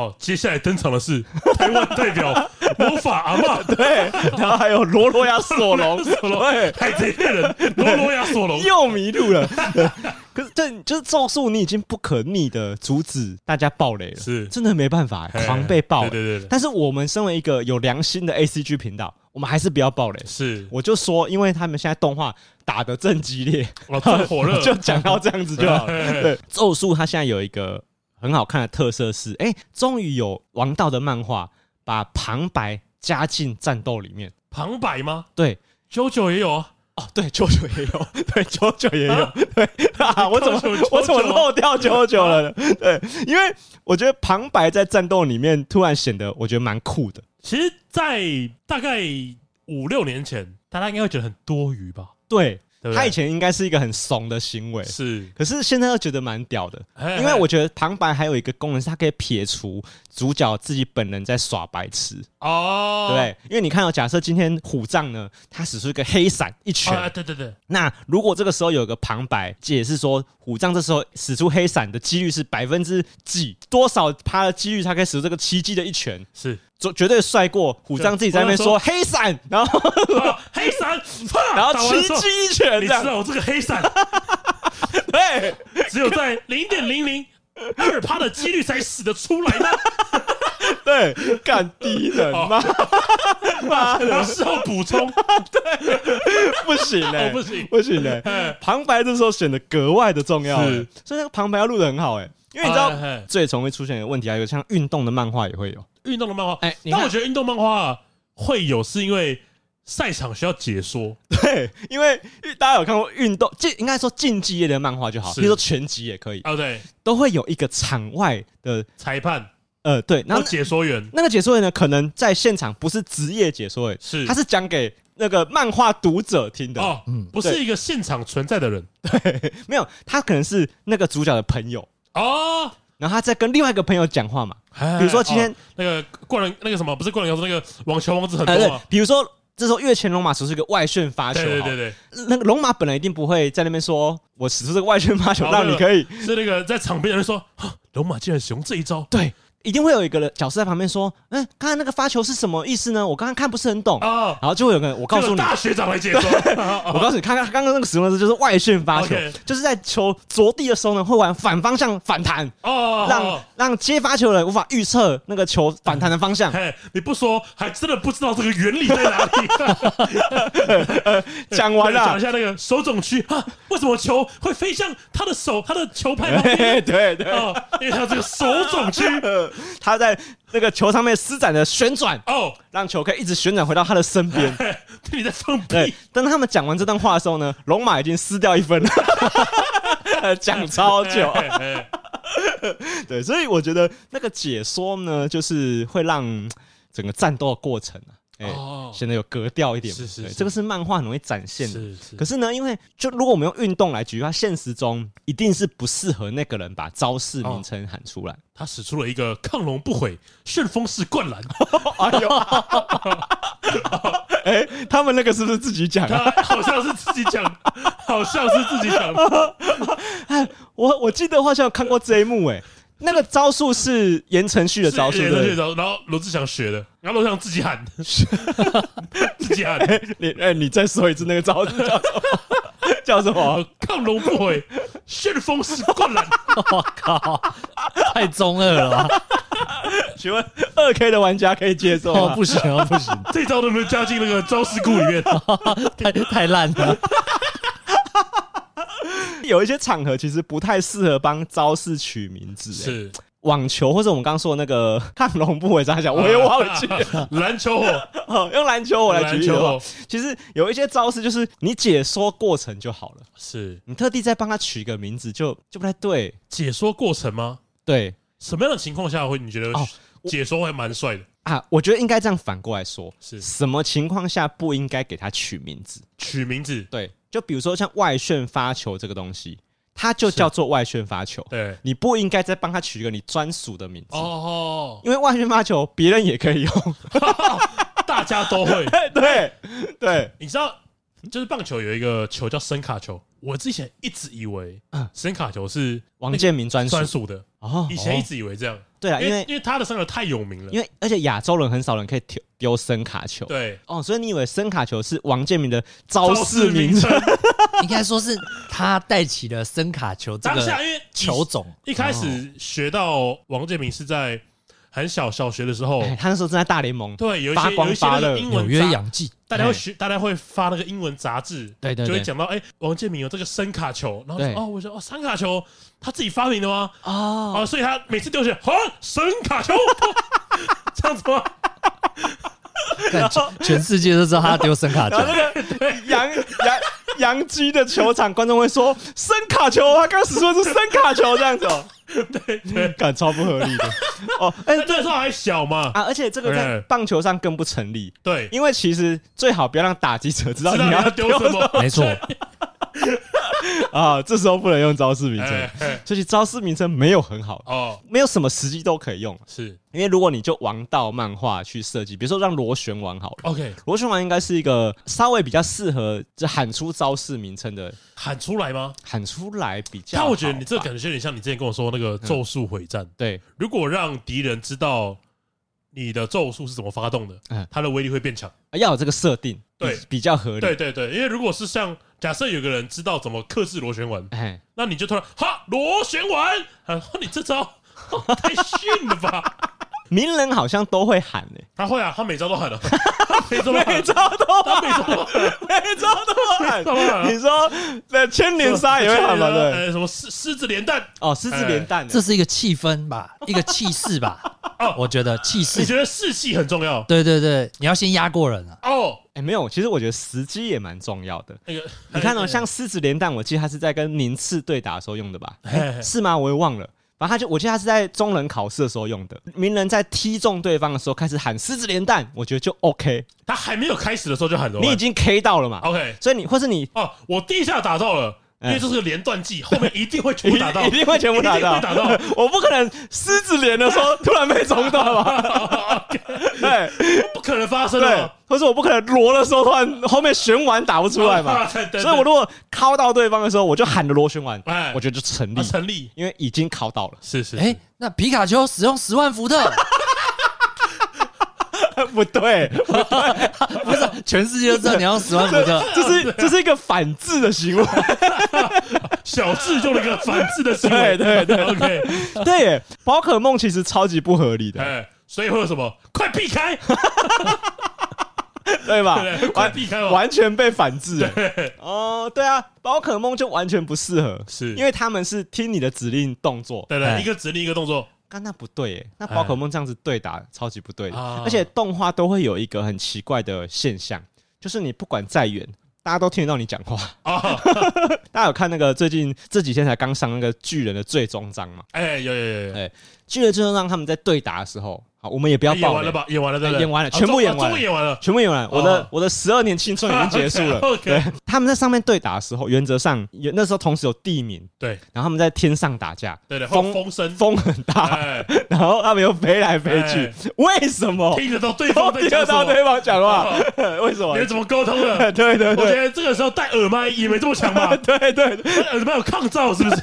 Speaker 2: 哦，接下来登场的是台湾代表魔法阿嬷
Speaker 1: 对，然后还有罗罗亚索隆，
Speaker 2: 索隆
Speaker 1: 对，
Speaker 2: 海贼猎人罗罗亚索隆，
Speaker 1: 又迷路了。 对可是对，就是咒术，你已经不可逆的阻止大家爆雷了，
Speaker 2: 是
Speaker 1: 真的没办法、
Speaker 2: 嘿
Speaker 1: 狂被爆、欸
Speaker 2: 对对对对，
Speaker 1: 但是我们身为一个有良心的 ACG 频道，我们还是不要爆雷。
Speaker 2: 是
Speaker 1: 我就说，因为他们现在动画打得正激烈，
Speaker 2: 哦，这火热， 啊
Speaker 1: 就讲到这样子就好了。
Speaker 2: 嘿嘿嘿
Speaker 1: 对，咒术它现在有一个很好看的特色是，哎、终于有王道的漫画把旁白加进战斗里面。
Speaker 2: 旁白吗？
Speaker 1: 对，
Speaker 2: JoJo 也有啊，
Speaker 1: 哦，对，九九也有， 对，九九也有
Speaker 2: 啊，
Speaker 1: 对 啊，我怎么
Speaker 2: 九九
Speaker 1: 我怎么
Speaker 2: 九九
Speaker 1: 漏掉九九了呢？ 对，因为我觉得旁白在战斗里面突然显得我觉得蛮酷的，
Speaker 2: 其实，在大概五六年前，大家应该会觉得很多余吧？
Speaker 1: 对
Speaker 2: 对不
Speaker 1: 他以
Speaker 2: 对？
Speaker 1: 前应该是一个很怂的行为，
Speaker 2: 是，
Speaker 1: 可是现在又觉得蛮屌的，
Speaker 2: 嘿
Speaker 1: 因为
Speaker 2: 嘿
Speaker 1: 我觉得旁白还有一个功能是它可以撇除主角自己本人在耍白痴，
Speaker 2: 哦
Speaker 1: 对，不对？因为你看哦，假设今天虎杖呢，他使出一个黑闪一拳，
Speaker 2: 啊，对对对，
Speaker 1: 那如果这个时候有一个旁白解释说，虎杖这时候使出黑闪的几率是百分之几多少趴的几率，他可以使出这个奇迹的一拳，
Speaker 2: 是
Speaker 1: 绝绝对帅过虎杖自己在那边说黑闪，然 后
Speaker 2: 啊黑闪，啪
Speaker 1: 然后
Speaker 2: 打完
Speaker 1: 奇
Speaker 2: 之后
Speaker 1: 迹一拳
Speaker 2: 你
Speaker 1: 这
Speaker 2: 知
Speaker 1: 样，哎
Speaker 2: 道我这个黑闪
Speaker 1: 对，
Speaker 2: 只有在零点零零二趴的几率才死得出来吗？
Speaker 1: 对，干低人 吗？
Speaker 2: 哦
Speaker 1: 妈
Speaker 2: 然
Speaker 1: 的，
Speaker 2: 后事后 补充，
Speaker 1: 不行嘞、
Speaker 2: 哦不行
Speaker 1: 不行嘞、
Speaker 2: 哎
Speaker 1: 旁白这时候显得格外的重要、
Speaker 2: 是
Speaker 1: 欸，所以那个旁白要录的很好、欸，哎，因为你知道
Speaker 2: 哎哎
Speaker 1: 最常会出现的问题啊，有像运动的漫画也会有，
Speaker 2: 运动的漫画，
Speaker 1: 哎你看
Speaker 2: 但我觉得运动漫画会有是因为赛场需要解说，
Speaker 1: 对，因为大家有看过运动竞，应该说竞技类的漫画就好，
Speaker 2: 是
Speaker 1: 比如说拳击也可以，
Speaker 2: 啊，对，
Speaker 1: 都会有一个场外的
Speaker 2: 裁判
Speaker 1: 呃，对，然
Speaker 2: 或
Speaker 1: 后
Speaker 2: 解说员
Speaker 1: 那个解说员呢，可能在现场不是职业解说员，
Speaker 2: 是
Speaker 1: 他是讲给那个漫画读者听的，
Speaker 2: 哦，不是一个现场存在的人
Speaker 1: 没有，他可能是那个主角的朋友，
Speaker 2: 哦。
Speaker 1: 然后他在跟另外一个朋友讲话嘛，
Speaker 2: 哎
Speaker 1: 比如说今天
Speaker 2: 哦那个灌篮那个什么，不是灌篮高手，那个网球王子很
Speaker 1: 呃，
Speaker 2: 多
Speaker 1: 对
Speaker 2: 嘛，，
Speaker 1: 比如说。这时候，月前龙马使出一个外旋发球，
Speaker 2: 对对对对，
Speaker 1: 对，那个龙马本来一定不会在那边说，我使出这个外旋发球
Speaker 2: 好
Speaker 1: 让你
Speaker 2: 没有
Speaker 1: 可以，
Speaker 2: 是那个在场边的人说，哈龙马竟然使用这一招，
Speaker 1: 对，一定会有一个人角色在旁边说：“嗯，刚才那个发球是什么意思呢？我刚刚看不是很懂。
Speaker 2: 哦，
Speaker 1: 然后就会有个人，我告诉
Speaker 2: 这
Speaker 1: 你
Speaker 2: 个，大学长来 解说，哦
Speaker 1: 我告诉你，看看刚刚那个使用的字就是外旋发球
Speaker 2: OK，
Speaker 1: 就是在球着地的时候呢，会往反方向反弹，
Speaker 2: 哦，
Speaker 1: 让让接发球的人无法预测那个球反弹的方 向。
Speaker 2: 嘿，你不说，还真的不知道这个原理在哪里。
Speaker 1: 讲完
Speaker 2: 讲
Speaker 1: 了
Speaker 2: 一，下那个手肘区啊，为什么球会飞向他的手，他的球拍旁
Speaker 1: 嘿
Speaker 2: 边
Speaker 1: 嘿对对，
Speaker 2: 啊？因为他这个手肘区
Speaker 1: 他在那个球上面施展的旋转，
Speaker 2: 哦，
Speaker 1: 让球可以一直旋转回到他的身边。
Speaker 2: 嘿你在放
Speaker 1: 对
Speaker 2: 屁，，
Speaker 1: 当他们讲完这段话的时候呢，龙马已经撕掉一分了， 讲超久。
Speaker 2: 嘿嘿嘿
Speaker 1: 对，所以我觉得那个解说呢，就是会让嗯整个战斗的过程啊， 哎、
Speaker 2: 哦
Speaker 1: 显得有格调一点嘛。
Speaker 2: 是是
Speaker 1: 对
Speaker 2: 是
Speaker 1: 这个是漫画很容易展现的。
Speaker 2: 是是
Speaker 1: 可是呢，因为就如果我们用运动来举例，它现实中一定是不适合那个人把招式
Speaker 2: 哦
Speaker 1: 名称喊出来。
Speaker 2: 他使出了一个亢龙不悔、旋风式 灌篮，
Speaker 1: 哎呦，哎、他们那个是不是自己讲啊？
Speaker 2: 他好像是自己讲，好像是自己 讲的，
Speaker 1: 我我记得好像有看过这一幕、哎，那个招数是言承旭的招数，对
Speaker 2: 是是
Speaker 1: 不
Speaker 2: 是
Speaker 1: 对？
Speaker 2: 然后罗志祥学的，然后罗志祥自 己喊，自己喊，
Speaker 1: 你哎、你再说一次那个招式叫什么？ 叫 什么？
Speaker 2: 哦，亢龙不悔、旋风式灌篮，
Speaker 3: 我靠，太中二了 吧，
Speaker 1: 请问 二 K 的玩家可以接受
Speaker 3: 哦
Speaker 1: 吗？
Speaker 3: 不行哦不行，
Speaker 2: 这招能不能加进那个招式库里 面？
Speaker 3: 太太烂了，
Speaker 1: 有一些场合其实不太适合帮招式取名字、欸，
Speaker 2: 是
Speaker 1: 网球或者我们刚刚说的那个 亢龙不为啥
Speaker 2: 啊
Speaker 1: 想，我也忘记了。
Speaker 2: 篮球火，
Speaker 1: 哦用篮 球我来举
Speaker 2: 篮
Speaker 1: 例哦的
Speaker 2: 球
Speaker 1: 话
Speaker 2: 火，
Speaker 1: 其实有一些招式就是你解说过程就好了，
Speaker 2: 是
Speaker 1: 你特地再帮他取一个名字就就不太对。
Speaker 2: 解说过程吗？
Speaker 1: 对
Speaker 2: 什么样的情况下会你觉得
Speaker 1: 哦
Speaker 2: 解说会蛮帅的？
Speaker 1: 啊，我觉得应该这样反过来说，
Speaker 2: 是
Speaker 1: 什么情况下不应该给他取名字？
Speaker 2: 取名字，
Speaker 1: 对，就比如说像外旋发球这个东西，它就叫做外旋发球。
Speaker 2: 对，
Speaker 1: 你不应该再帮他取一个你专属的名字，
Speaker 2: 哦，
Speaker 1: 因为外旋发球别人也可以用。
Speaker 2: 大家都会。
Speaker 1: 对对，
Speaker 2: 你知道，就是棒球有一个球叫声卡球，我之前一直以为
Speaker 1: 嗯
Speaker 2: 声卡球是
Speaker 1: 王建民专属
Speaker 2: 专属的，
Speaker 1: 哦
Speaker 2: 以前一
Speaker 1: 哦
Speaker 2: 直以为这样，
Speaker 1: 对啊，
Speaker 2: 因
Speaker 1: 因
Speaker 2: 为
Speaker 1: 为
Speaker 2: 因为他的声卡太有名了。
Speaker 1: 因为而且亚洲人很少人可以丢丢声卡球。
Speaker 2: 对，
Speaker 1: 哦，所以你以为声卡球是王建民的招式名
Speaker 2: 称
Speaker 1: 称？，
Speaker 3: 应该说是他带起了声卡球这
Speaker 2: 当下
Speaker 3: 个
Speaker 2: 因为
Speaker 3: 球种，
Speaker 2: 一开始
Speaker 1: 哦
Speaker 2: 学到王建民是在很小小学的 时候，
Speaker 1: 哎他那时候正在大联盟，
Speaker 2: 对，有一
Speaker 1: 发
Speaker 2: 些
Speaker 1: 光
Speaker 2: 有一些那
Speaker 1: 发热
Speaker 2: 个英
Speaker 3: 纽
Speaker 2: 文
Speaker 3: 约
Speaker 2: 杂，
Speaker 3: 洋基，
Speaker 2: 大家会学，大家会发那个英文杂志，
Speaker 3: 对对
Speaker 2: 就会
Speaker 3: 对，
Speaker 2: 讲到哎，王建民有这个声卡球，然后
Speaker 1: 对
Speaker 2: 说哦，我说哦，声卡球他自己发明的吗？
Speaker 1: 哦，
Speaker 2: 哦，所以他每次丢球，好，声卡球， 这样子吗？
Speaker 3: 干全全世界都知道他丢声 卡球，
Speaker 1: 洋洋洋基的球场，观众会说声卡球，他刚使出的是声卡球这样子哦，
Speaker 2: 对对，
Speaker 1: 感超不合理 的哦，哎、
Speaker 2: 那那时候还小嘛，
Speaker 1: 啊，而且这个在
Speaker 2: Okay
Speaker 1: 棒球上更不成立，
Speaker 2: 对，
Speaker 1: 因为其实最好不要让打击者知道
Speaker 2: 知道
Speaker 1: 你
Speaker 2: 你
Speaker 1: 要
Speaker 2: 要丢什么，哎
Speaker 3: 没错，
Speaker 1: 啊，这时候不能用招式名
Speaker 2: 哎
Speaker 1: 称，，
Speaker 2: 哎
Speaker 1: 所以招式名称没有很好，
Speaker 2: 哦，
Speaker 1: 没有什么时机都可以用，
Speaker 2: 是
Speaker 1: 因为如果你就王道漫画去设计，比如说让螺旋丸好了。
Speaker 2: OK，
Speaker 1: 螺旋丸应该是一个稍微比较适合就喊出招式名称的，
Speaker 2: 喊出来吗？
Speaker 1: 喊出来比较好吧。
Speaker 2: 但我觉得你这个感觉有点像你之前跟我说那个咒术回战，
Speaker 1: 对
Speaker 2: 如果让敌人知道你的咒术是怎么发动的
Speaker 1: 嗯，
Speaker 2: 它的威力会变强。
Speaker 1: 要有这个设定，
Speaker 2: 对
Speaker 1: 比比较合理。
Speaker 2: 对，对对，因为如果是像假设有个人知道怎么克制螺旋丸，
Speaker 1: 哎，
Speaker 2: 那你就突然哈螺旋丸，啊，你这招 太逊了吧？
Speaker 1: 名人好像都会喊诶、
Speaker 2: 他会啊， 他每招都喊了，他每招都喊，啊
Speaker 1: 招都
Speaker 2: 他每招都
Speaker 1: 每招都
Speaker 2: 喊
Speaker 1: 喊
Speaker 2: 每招都喊 啊
Speaker 1: 你说那千年杀也会喊 吗？对，
Speaker 2: 呃什么狮狮子 连弹？
Speaker 1: 哦，狮子
Speaker 2: 哎
Speaker 1: 连弹、
Speaker 3: 这是一个气氛吧，一个气势吧，
Speaker 1: 哦
Speaker 3: 我觉得气
Speaker 2: 你
Speaker 3: 势，
Speaker 2: 觉得士气很重要
Speaker 3: 对对对，你要先压过人啊，
Speaker 2: 哦？
Speaker 1: 哎、没有，其实我觉得时机也蛮重要的。
Speaker 2: 那个 哎
Speaker 1: 你看哦，像狮子连弹，我记得他是在跟宁次对打的时候用的 吧？
Speaker 2: 哎
Speaker 1: 是吗？我也忘了。反正他就，我记得他是在中人考试的时候用的。名人在踢中对方的时候开始喊狮子连弹，我觉得就 OK。
Speaker 2: 他还没有开始的时候就喊了，
Speaker 1: 你已经哎 K 到了嘛？
Speaker 2: OK
Speaker 1: 所以你或是你
Speaker 2: 哦，我第一下打到了，因为这是个连段计，后面一定会全部打到
Speaker 1: 一，定会全部打到
Speaker 2: 一定会，打到。
Speaker 1: 我不可能狮子连的时候突然被中断吧？ 对
Speaker 2: 不可能发生
Speaker 1: 对
Speaker 2: 的。，
Speaker 1: 或者我不可能罗的时候突然后面旋丸打不出来嘛？
Speaker 2: 对？对
Speaker 1: 所以我如果敲到对方的时候，我就喊着螺旋丸，
Speaker 2: 哎
Speaker 1: 我觉得就成立
Speaker 2: 啊，成立
Speaker 1: 因为已经敲到了，
Speaker 2: 是是，
Speaker 3: 哎，那皮卡丘使用十万伏特，
Speaker 1: 不对，
Speaker 3: 不是全世界都知道你要用十万伏特，
Speaker 1: 这 是这是一个反制的行为。
Speaker 2: 小智用了一个反制的行 为，
Speaker 1: 对
Speaker 2: 对，OK，
Speaker 1: 对耶，宝可梦其实超级不合理的，
Speaker 2: 哎，所以会有什么？快避开，
Speaker 1: 对吧
Speaker 2: 对对？快
Speaker 1: 完
Speaker 2: 避开吧
Speaker 1: 完全被反制了。哦，对啊，宝可梦就完全不适合，
Speaker 2: 是
Speaker 1: 因为他们是听你的指令动作。
Speaker 2: 对
Speaker 1: 哎
Speaker 2: 对，一个指令一个动作，
Speaker 1: 刚那不对耶，
Speaker 3: 哎
Speaker 1: 那宝可梦这样子对打超级不对的，
Speaker 2: 啊
Speaker 1: 而且动画都会有一个很奇怪的现象，就是你不管再远，大家都听得到你讲话。
Speaker 2: 啊，
Speaker 1: 大家有看那个最近这几天才刚上那个巨人的最终章吗？
Speaker 2: 哎，有有有有
Speaker 1: 哎，巨人最终章他们在对打的时候，好，我们也不要
Speaker 2: 哎演
Speaker 1: 爆
Speaker 2: 完
Speaker 1: 雷
Speaker 2: 了，吧？演完了，对不对？
Speaker 1: 哎演完了
Speaker 2: 啊
Speaker 1: 全部
Speaker 2: 终
Speaker 1: 演完了
Speaker 2: 啊终于演完了，
Speaker 1: 全部演完，我的
Speaker 2: 哦啊
Speaker 1: 我的十二年青春已经结束了。
Speaker 2: OK，
Speaker 1: 对，他们在上面对打的时候，原则上也那时候同时有地名，
Speaker 2: 对
Speaker 1: 然后他们在天上打架，
Speaker 2: 对对，风
Speaker 1: 风
Speaker 2: 风声，
Speaker 1: 风很大，
Speaker 2: 哎，
Speaker 1: 然后他们又飞来飞去，为什么？
Speaker 2: 听得到对
Speaker 1: 都
Speaker 2: 方在
Speaker 1: 哦听
Speaker 2: 讲
Speaker 1: 得
Speaker 2: 什
Speaker 1: 到
Speaker 2: 么？啊
Speaker 1: 对方讲话， 为什
Speaker 2: 你
Speaker 1: 么
Speaker 2: 们？怎么沟通 的？
Speaker 1: 对对
Speaker 2: 我觉啊
Speaker 1: 对。？
Speaker 2: 得这个时候戴耳麦也没这么强吧
Speaker 1: 对对 对
Speaker 2: 耳麦有抗噪是不 是？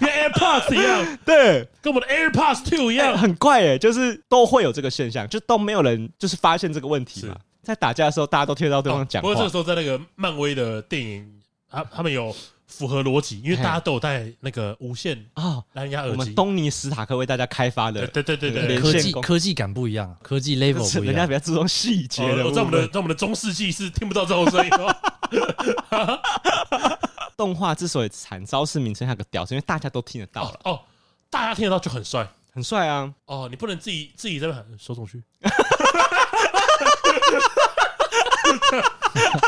Speaker 2: 跟 AirPods 一样，
Speaker 1: 对，
Speaker 2: 跟我们的 AirPods Two 一
Speaker 1: 哎
Speaker 2: 样。
Speaker 1: 很怪耶，就是都会有这个现象，就都没有人就是发现这个问题嘛
Speaker 2: 是。
Speaker 1: 在打架的时候，大家都听得到对方讲
Speaker 2: 哦不过这
Speaker 1: 话
Speaker 2: 个，时候在那个漫威的电影，他他们有符合逻辑，因为
Speaker 1: 嘿
Speaker 2: 大家都有戴那个无线
Speaker 1: 啊，
Speaker 2: 蓝牙
Speaker 1: 我
Speaker 2: 耳
Speaker 1: 们
Speaker 2: 机。
Speaker 1: 东尼史塔克为大家开发
Speaker 2: 对
Speaker 1: 的，
Speaker 2: 对对对
Speaker 1: 对
Speaker 2: 对
Speaker 1: 连
Speaker 3: 科
Speaker 1: 线
Speaker 3: 技
Speaker 1: 工
Speaker 3: 科技感不一样，科 技 level 不一
Speaker 1: 人家
Speaker 3: 样
Speaker 1: 比。较注重细节的
Speaker 2: 哦
Speaker 1: 部分。
Speaker 2: 在我们的在我们的中世纪是听不到这种 声音哦。
Speaker 1: 动画之所以惨遭市民称下个屌，是因为大家都听得到了，
Speaker 2: 哦，大家听得到就很帅
Speaker 1: 很帅啊！
Speaker 2: 哦。你不能自己自己在那边喊手 肿去，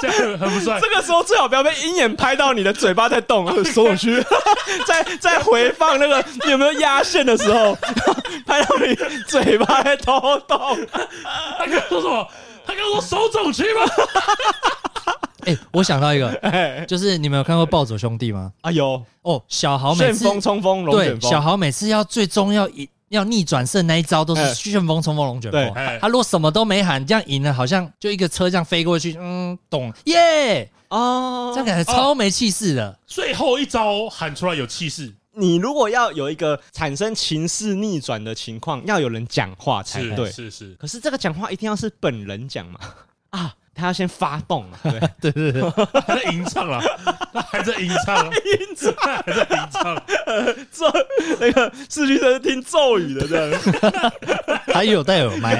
Speaker 2: 这样很不帅。
Speaker 1: 这个时候最好不要被鹰眼拍到你的嘴巴在 动，手肘区， 在在回放那个你有没有压线的时候， 拍到你嘴巴在偷动，
Speaker 2: 他刚刚说什么？他刚刚说手肿区吗？
Speaker 3: 哎，我想到一个，
Speaker 1: 哎，
Speaker 3: 就是你们有看过《暴走兄弟》吗？
Speaker 1: 哎呦，
Speaker 3: 哦，小豪每
Speaker 1: 旋
Speaker 3: 次
Speaker 1: 风冲锋龙
Speaker 3: 对
Speaker 1: 卷，
Speaker 3: 小
Speaker 1: 风，
Speaker 3: 豪每次要最终要赢要逆转胜那一招都是
Speaker 1: 哎
Speaker 3: 旋风冲锋龙卷风
Speaker 1: 对
Speaker 2: 哎。
Speaker 3: 他如果什么都没喊，这样赢了，好像就一个车这样飞过去，嗯，懂耶，
Speaker 1: 哦
Speaker 3: 这样感觉超没气势的。
Speaker 2: 最后一招喊出来有气势，
Speaker 1: 你如果要有一个产生情势逆转的情况，要有人讲话才
Speaker 2: 是
Speaker 1: 对。
Speaker 2: 是是，
Speaker 1: 可是这个讲话一定要是本人讲嘛？ 啊，他要先发动嘛？对，
Speaker 3: 对对对，
Speaker 2: 还在吟唱啦，他还在吟唱啊，
Speaker 1: 因此
Speaker 2: 他还 在吟唱，
Speaker 1: 咒那个四驱车是听咒语的，这样
Speaker 3: 他也有戴耳麦，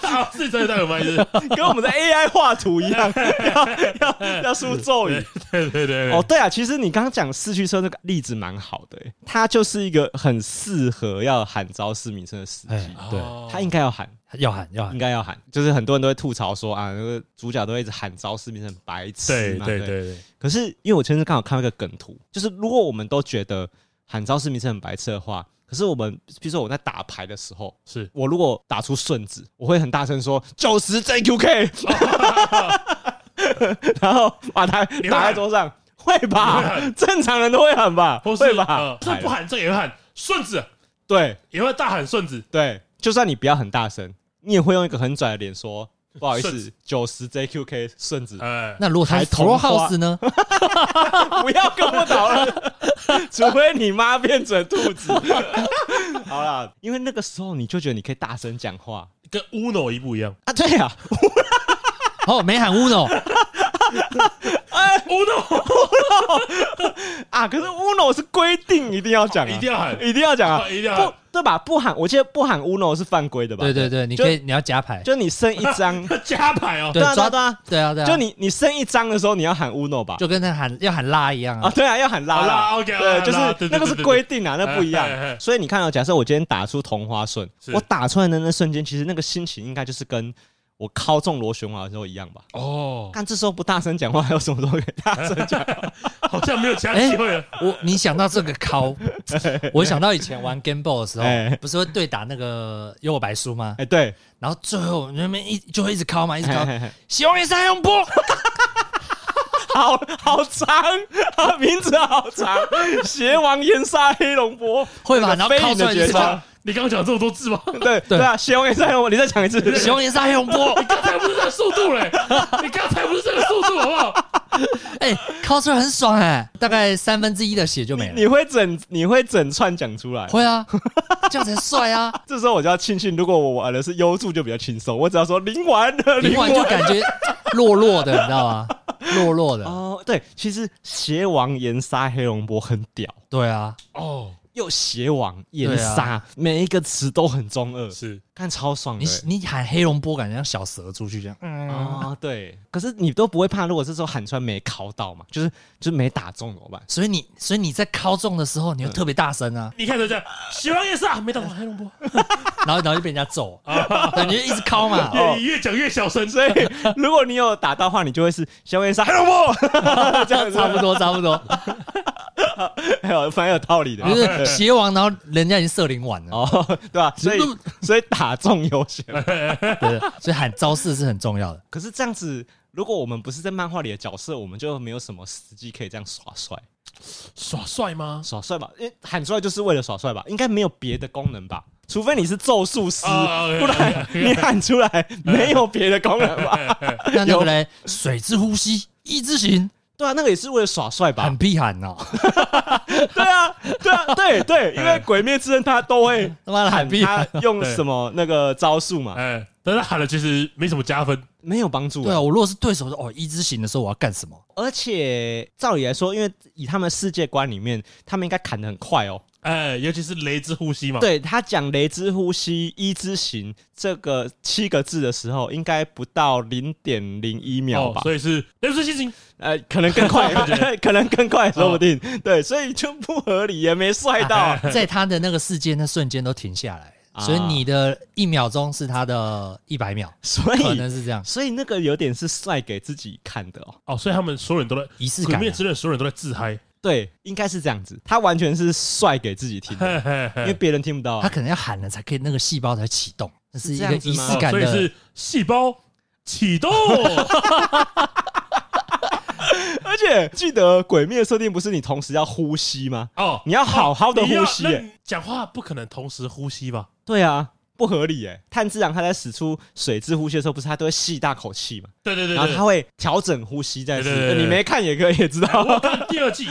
Speaker 2: 啊，是真的戴耳麦是，
Speaker 1: 跟我们的 AI 画图一 样，要要要输咒语。
Speaker 2: 对对对对，
Speaker 1: 哦，对啊，其实你刚刚讲四驱车那个例子蛮好的、欸，它就是一个很适合要喊招式名称的时
Speaker 3: 哎
Speaker 1: 机，，
Speaker 3: 对，
Speaker 2: 哦
Speaker 1: 它应该要喊。
Speaker 3: 要喊要
Speaker 1: 应
Speaker 3: 喊，
Speaker 1: 该要喊，就是很多人都会吐槽说啊，那个主角都一直喊招式名称很白痴
Speaker 2: 对
Speaker 1: 嘛。
Speaker 2: 对对对，
Speaker 1: 可是因为我前阵刚好看到一个梗图，就是如果我们都觉得喊招式名称很白痴的话，可是我们比如说我在打牌的时候，
Speaker 2: 是
Speaker 1: 我如果打出顺子，我会很大声说九十 JQK，然后把它
Speaker 2: 你会喊
Speaker 1: 打在桌上，会吧？正常人都会喊吧？
Speaker 2: 或是
Speaker 1: 会吧
Speaker 2: 呃？这不喊这个也会喊顺子，
Speaker 1: 对
Speaker 2: 也会大喊顺子，
Speaker 1: 对，就算你不要很大声，你也会用一个很拽的脸说不好意
Speaker 2: 顺
Speaker 1: 思
Speaker 2: 子，
Speaker 1: 九十 JQK 顺子，
Speaker 2: 哎，
Speaker 3: 那如果他是
Speaker 1: 还同
Speaker 3: Pro
Speaker 1: 花
Speaker 3: House 呢？
Speaker 1: 不要跟我倒了，除非你妈变成兔子。好啦，因为那个时候你就觉得你可以大声讲话
Speaker 2: 跟 Uno 一不一样
Speaker 1: 啊，对呀、啊，
Speaker 3: 哦，没喊 Uno，
Speaker 2: ，Uno
Speaker 1: 啊，可是 Uno 是规定一定要讲、啊，
Speaker 2: 哦一定要喊，
Speaker 1: 一定要讲啊
Speaker 2: 啊，一定要
Speaker 1: 不
Speaker 2: 喊，
Speaker 1: 对吧？不喊，我记得不喊 Uno 是犯规的吧？
Speaker 3: 对对对，你
Speaker 1: 就
Speaker 3: 可以你要夹牌，
Speaker 1: 就你剩一张，
Speaker 2: 加牌哦，
Speaker 1: 对啊
Speaker 3: 抓
Speaker 1: 对啊
Speaker 3: 对啊对啊，
Speaker 1: 就你你剩一张的时候，你要喊 Uno 吧？
Speaker 3: 就跟他喊要喊拉一样
Speaker 1: 啊，
Speaker 3: 啊，
Speaker 1: 对啊，要喊拉
Speaker 2: 好
Speaker 1: 啦
Speaker 2: 啦，OK，好啦
Speaker 1: 对，就
Speaker 2: 拉
Speaker 1: 是
Speaker 2: 啊对
Speaker 1: 那
Speaker 2: 对
Speaker 1: 个
Speaker 2: 对
Speaker 1: 是
Speaker 2: 对
Speaker 1: 规定啊，那不一
Speaker 2: 哎哎哎
Speaker 1: 样。所以你看啊，假设我今天打出同花顺，
Speaker 2: 是
Speaker 1: 我打出来的那瞬间，其实那个心情应该就是跟我敲中螺旋丸的时候一样吧？
Speaker 2: 哦，
Speaker 1: 看这时候不大声讲话，还有什么东西可以大声讲？
Speaker 2: 好像没有其他机会
Speaker 1: 啊
Speaker 2: 了，
Speaker 3: 我你想 到这个敲，我想到以前玩 Game Boy 的时候
Speaker 1: 哎，
Speaker 3: 不是会对打那个幽我白书吗？
Speaker 1: 哎，对，
Speaker 3: 然后最后那边一就会一直敲嘛，一直敲
Speaker 1: 嘿嘿嘿，
Speaker 3: 喜欢也是用波，
Speaker 1: 好好长， 他名字好长，邪王炎杀黑龙波，
Speaker 3: 会吧？然后
Speaker 1: 非
Speaker 3: 靠
Speaker 1: 你
Speaker 3: 出
Speaker 1: 的
Speaker 3: 来
Speaker 1: 绝
Speaker 2: 哎
Speaker 3: 就 是
Speaker 1: 招，
Speaker 2: 你刚刚讲这么多字吗？
Speaker 1: 对对啊，邪王炎杀黑龙波，你再讲一次，
Speaker 3: 熊岩杀黑龙波，
Speaker 2: 你刚才不是这个速度 嘞，你刚才不是这个速度好不好？
Speaker 3: 哎、靠出来很爽哎、大概三分之一的血就没了。
Speaker 1: 你会整你会整串讲出来。
Speaker 3: 会啊，这样才帅啊！
Speaker 1: 这时候我就要庆幸，如果我玩的是优助就比较轻松，我只要说灵丸 的
Speaker 3: 灵丸就感觉弱弱的，你知道吗？弱弱的，
Speaker 1: 哦，对，其实邪王炎杀黑龙波很屌，
Speaker 3: 对啊，
Speaker 2: 哦，
Speaker 1: 又邪王炎
Speaker 3: 对
Speaker 1: 杀，每一个词都很中二，
Speaker 2: 是
Speaker 1: 看超爽的
Speaker 3: 你。你喊黑龙波，感觉像小蛇出去这样。嗯，
Speaker 1: 哦，对，可是你都不会怕，如果这时候喊出来没考到嘛，就是就是没打中怎么办？
Speaker 3: 所以你所以你在敲中的时候，你就特别大声啊，
Speaker 2: 你看就这样，喜欢也是啊，没打到黑龙波，
Speaker 1: 嗯
Speaker 3: 然后然后就被人家揍，对你就一直敲嘛。
Speaker 2: 越越讲越小声，
Speaker 1: 所以如果你有打到的话，你就会是邪王炎杀黑龙波， 这样子
Speaker 3: 差不多，差不多，
Speaker 1: 哎呦蛮有道理的，
Speaker 3: 就是邪王，然后人家已经射灵完了，
Speaker 1: 哦， 对吧？所以
Speaker 3: 那么
Speaker 1: 所以打中有 邪王。
Speaker 3: 对，所以喊招式是很重要的。
Speaker 1: 可是这样子，如果我们不是在漫画里的角色，我们就没有什么时机可以这样耍帅，
Speaker 2: 耍帅吗？
Speaker 1: 耍帅吧？因为喊出来就是为了耍帅吧？应该没有别的功能吧？除非你是咒术师，
Speaker 3: 呃
Speaker 2: 啊
Speaker 1: 不然你喊出来没有别的功能 吧？
Speaker 3: 那那个嘞，水之呼吸，一之行，
Speaker 1: 对啊，那个也是为了耍帅吧
Speaker 3: 很？屁喊哦，
Speaker 1: 对啊，对啊，对对，因为鬼灭之刃他都会
Speaker 3: 他妈的
Speaker 1: 喊
Speaker 3: 很屁
Speaker 1: 他
Speaker 3: 喊。
Speaker 1: 用什么那个招数嘛，
Speaker 2: 哎，但是喊了其实没什么加分，
Speaker 1: 没有帮助
Speaker 3: 对啊，。我如果是对手，哦，一之行的时候我要干什么？
Speaker 1: 而且照理来说，因为以他们世界观里面，他们应该砍得很快哦。
Speaker 2: 哎，尤其是雷之呼吸嘛，，
Speaker 1: 对他讲“雷之呼吸”“一之行”这个七个字的时候，应该不到零点零一秒
Speaker 2: 哦
Speaker 1: 吧，？
Speaker 2: 所以是雷之心情，
Speaker 1: 呃，可能更 快，可能更快，说不定。
Speaker 2: 哦
Speaker 1: 对，所以就不合理，也没帅 到。
Speaker 3: 在他的那个事件那瞬间都停下来，
Speaker 1: 啊
Speaker 3: 所以你的一秒钟是他的一百秒，
Speaker 1: 所
Speaker 3: 可
Speaker 1: 以，
Speaker 3: 能是这样，
Speaker 1: 所以那个有点是晒给自己看的哦。
Speaker 2: 哦，所以他们所有人都在
Speaker 3: 仪式
Speaker 2: 鬼
Speaker 3: 感啊。
Speaker 2: 灭之刃，所有人都在自嗨，
Speaker 1: 对，应该是这样子。他完全是帅给自己听的，
Speaker 2: 嘿 嘿嘿
Speaker 1: 因为别人听不到
Speaker 3: 他
Speaker 1: 啊。
Speaker 3: 可能要喊了才可以，那个细胞才启动，这是一
Speaker 1: 这
Speaker 3: 个
Speaker 1: 样子
Speaker 3: 仪
Speaker 1: 吗
Speaker 3: 式
Speaker 2: 哦
Speaker 3: 感
Speaker 2: 所以
Speaker 3: 的。
Speaker 2: 是细胞启动，
Speaker 1: 而且记得《鬼灭》设定不是你同时要呼吸吗？
Speaker 2: 哦，
Speaker 1: 你要好好的
Speaker 2: 你要
Speaker 1: 呼吸、
Speaker 2: 那
Speaker 1: 耶。
Speaker 2: 你讲话不可能同时呼吸吧？
Speaker 1: 对啊，不合理哎、炭治郎他在使出水之呼吸的时候，不是他都会吸一大口气嘛，
Speaker 2: 对对对
Speaker 1: 然后
Speaker 2: 对
Speaker 1: 他。会调整呼吸再
Speaker 2: 对对
Speaker 1: 吃。
Speaker 2: 对对
Speaker 1: 你没看也可以也知道，
Speaker 2: 我看第二 季，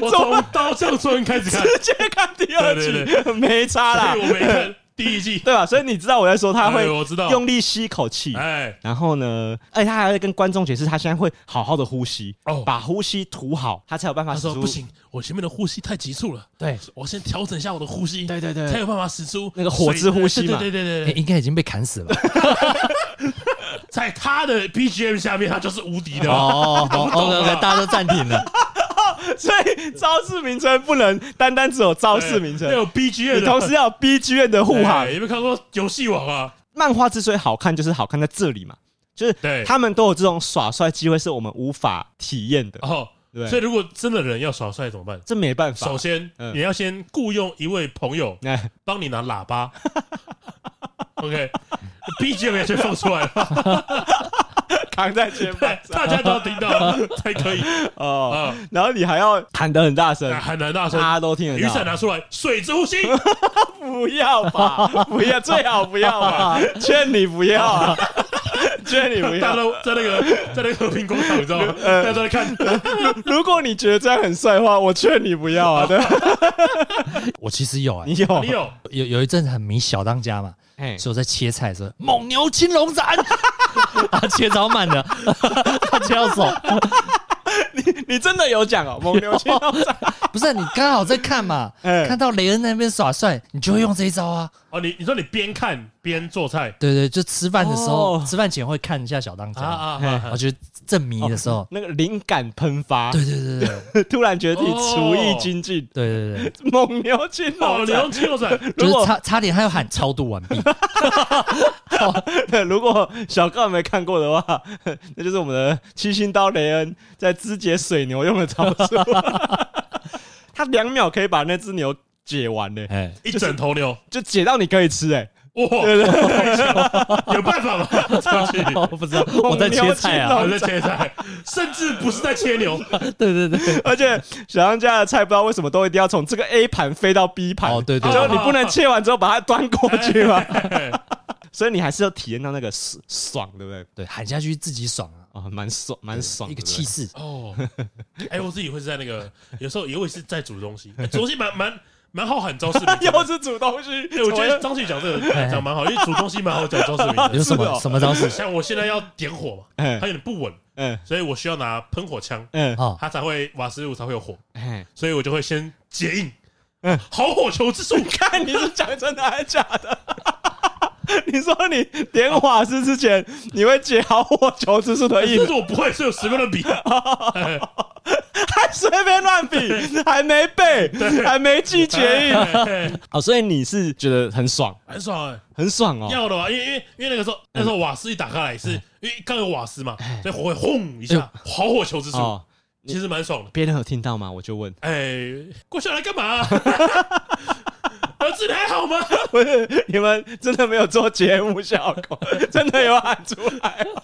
Speaker 2: 我从刀匠村开始看，
Speaker 1: 直接看第二集
Speaker 2: 对
Speaker 1: 没差啦
Speaker 2: 所以，我没看第一季。
Speaker 1: 对啊吧？所以你知道我在说他会
Speaker 2: 哎我知道
Speaker 1: 用力吸一口气。
Speaker 2: 哎，
Speaker 1: 然后呢？而且他还会跟观众解释，他现在会好好的呼吸，
Speaker 2: 哦
Speaker 1: 把呼吸吐好，他才有办法
Speaker 2: 他
Speaker 1: 使
Speaker 2: 说
Speaker 1: 出。
Speaker 2: 不，行，我前面的呼吸太急促了，
Speaker 3: 对，
Speaker 2: 我先调整一下我的呼吸，
Speaker 1: 对对对
Speaker 2: 才有办法使出
Speaker 1: 那个火之呼吸嘛
Speaker 2: 对对对
Speaker 3: 哎
Speaker 2: 对对，
Speaker 3: 应该已经被砍死了。
Speaker 2: 在他的 BGM 下面，他就是无敌的。
Speaker 3: 哦，OK OK，大家都暂停了。
Speaker 1: 所以招式名称不能单单只有招式名称
Speaker 2: 哎，有 BGM，
Speaker 1: 你同时要有 B G M 的护航
Speaker 2: 哎。有没有看过游戏王啊？
Speaker 1: 漫画之所以好看，就是好看在这里嘛，就是
Speaker 2: 对
Speaker 1: 他们都有这种耍帅机会，是我们无法体验的，
Speaker 2: 哦，
Speaker 1: 对
Speaker 2: 所以如果真的人要耍帅怎么办？
Speaker 1: 这没办法
Speaker 2: 首。先，
Speaker 1: 嗯
Speaker 2: 你要先雇佣一位朋友
Speaker 1: 哎，
Speaker 2: 帮你拿喇 叭。OK，BGM 也先放出来 了，
Speaker 1: 扛在肩膀
Speaker 2: 对，大家都 要听到才可以
Speaker 1: 哦，
Speaker 2: 啊！
Speaker 1: 然后你还要喊得很 大声，
Speaker 2: 很难大
Speaker 1: 大
Speaker 2: 声，
Speaker 1: 家都听
Speaker 2: 啊雨
Speaker 1: 得
Speaker 2: 伞
Speaker 1: 到。
Speaker 2: 拿出来，水之呼吸。
Speaker 1: 不要吧， 不要，最好不要 吧，劝你不要啊， 劝你不
Speaker 2: 大
Speaker 1: 要。
Speaker 2: 家都在那个在那个和平广场，你知道 吗？
Speaker 3: 呃
Speaker 2: 大家都在看，
Speaker 1: 如果你觉得这样很帅的话，我劝你不要 啊，对吧？
Speaker 3: 我其实有哎、
Speaker 1: 你有，
Speaker 2: 你有
Speaker 3: 有有一阵子很迷小当家嘛，
Speaker 1: 哎，
Speaker 3: 所以我在切菜的时候，蒙牛青龙斩， 他切超慢的， 他切到手，
Speaker 1: 你真的有讲哦，蒙牛 青龙掌，
Speaker 3: 不是你刚好在看嘛，
Speaker 1: 哎
Speaker 3: 看到雷恩那边耍帅，你就会用这一招啊。
Speaker 2: 哦，你你说你边看边做菜
Speaker 3: 对对，就吃饭的时候，
Speaker 1: 哦
Speaker 3: 吃饭前会看一下小当家，
Speaker 2: 啊啊啊
Speaker 1: 哎
Speaker 2: 啊
Speaker 3: 我！觉得正迷的时候，
Speaker 1: 那个灵感喷发，
Speaker 3: 对对对对对
Speaker 1: 突然觉得自己厨艺精进，
Speaker 3: 对对对，
Speaker 1: 蒙牛青
Speaker 2: 哦，
Speaker 1: 龙
Speaker 2: 你
Speaker 1: 掌。
Speaker 2: 用肌肉转，
Speaker 1: 如
Speaker 3: 就是
Speaker 1: 果
Speaker 3: 差差点还要喊超度完毕，
Speaker 1: 对， 如果小哥没看过的话， 那就是我们的七星刀雷恩在肢解水牛用的招 数，他两秒可以把那只牛解完呢、
Speaker 3: 哎，
Speaker 2: 一整头牛，
Speaker 1: 就解到你可以吃哎、
Speaker 2: 哇，有办法吗？ 上去，
Speaker 3: 我不知道，我在切菜啊。
Speaker 2: 我在切菜，甚至不是在切牛，
Speaker 3: 对 对对，
Speaker 1: 而且小杨家的菜不知道为什么都一定要从这个 A 盘飞到 B 盘，
Speaker 3: 哦对对
Speaker 1: 就是你不能切完之后把它端过去嘛，
Speaker 2: 哎
Speaker 1: 所以你还是要体验到那个爽爽，对不对？
Speaker 3: 对，喊下去自己爽啊，
Speaker 1: 啊，蛮爽，蛮爽，
Speaker 3: 一个
Speaker 1: 对不对
Speaker 3: 气势。
Speaker 2: 哦，哎，我自己会是在那个，有时候也会是在煮东西，哎煮东西蛮蛮蛮好喊招式名的。
Speaker 1: 又是煮东西，
Speaker 2: 哎我觉得张旭讲这个讲蛮好，因为煮东西蛮好讲招式名
Speaker 3: 有
Speaker 2: 的。
Speaker 3: 什么
Speaker 1: 哦
Speaker 3: 什么招 式？
Speaker 2: 像我现在要点火嘛，
Speaker 1: 嗯
Speaker 2: 它有点不稳，
Speaker 1: 嗯
Speaker 2: 所以我需要拿喷火枪，
Speaker 1: 嗯，
Speaker 3: 哦，
Speaker 2: 它才会瓦斯炉才会有火，
Speaker 1: 哎，
Speaker 2: 所以我就会先结印
Speaker 1: 嗯，
Speaker 2: 好火球之术。
Speaker 1: 看你是讲真的还是假的？ 你说你点瓦斯之前，你会解好火球之术的印
Speaker 2: 但，是我不会，所以我随便乱比。哎
Speaker 1: 还随便乱比，还没背，还没记结印
Speaker 2: 哎哎
Speaker 1: 哦，所以你是觉得很爽，嗯
Speaker 2: 很爽哎，
Speaker 1: 很爽哦。
Speaker 2: 要的吧？因为因为因为那个时候那时候瓦斯一打开来，是因为刚有瓦斯嘛，所以火会轰一下，好火球之术，
Speaker 1: 嗯哦，
Speaker 2: 其实蛮爽的。
Speaker 1: 别人有听到吗？我就问，
Speaker 2: 哎，过下来干嘛？儿子，你还好吗？
Speaker 1: 不是你们真的没有做节目效 果，真的有喊出来 哦，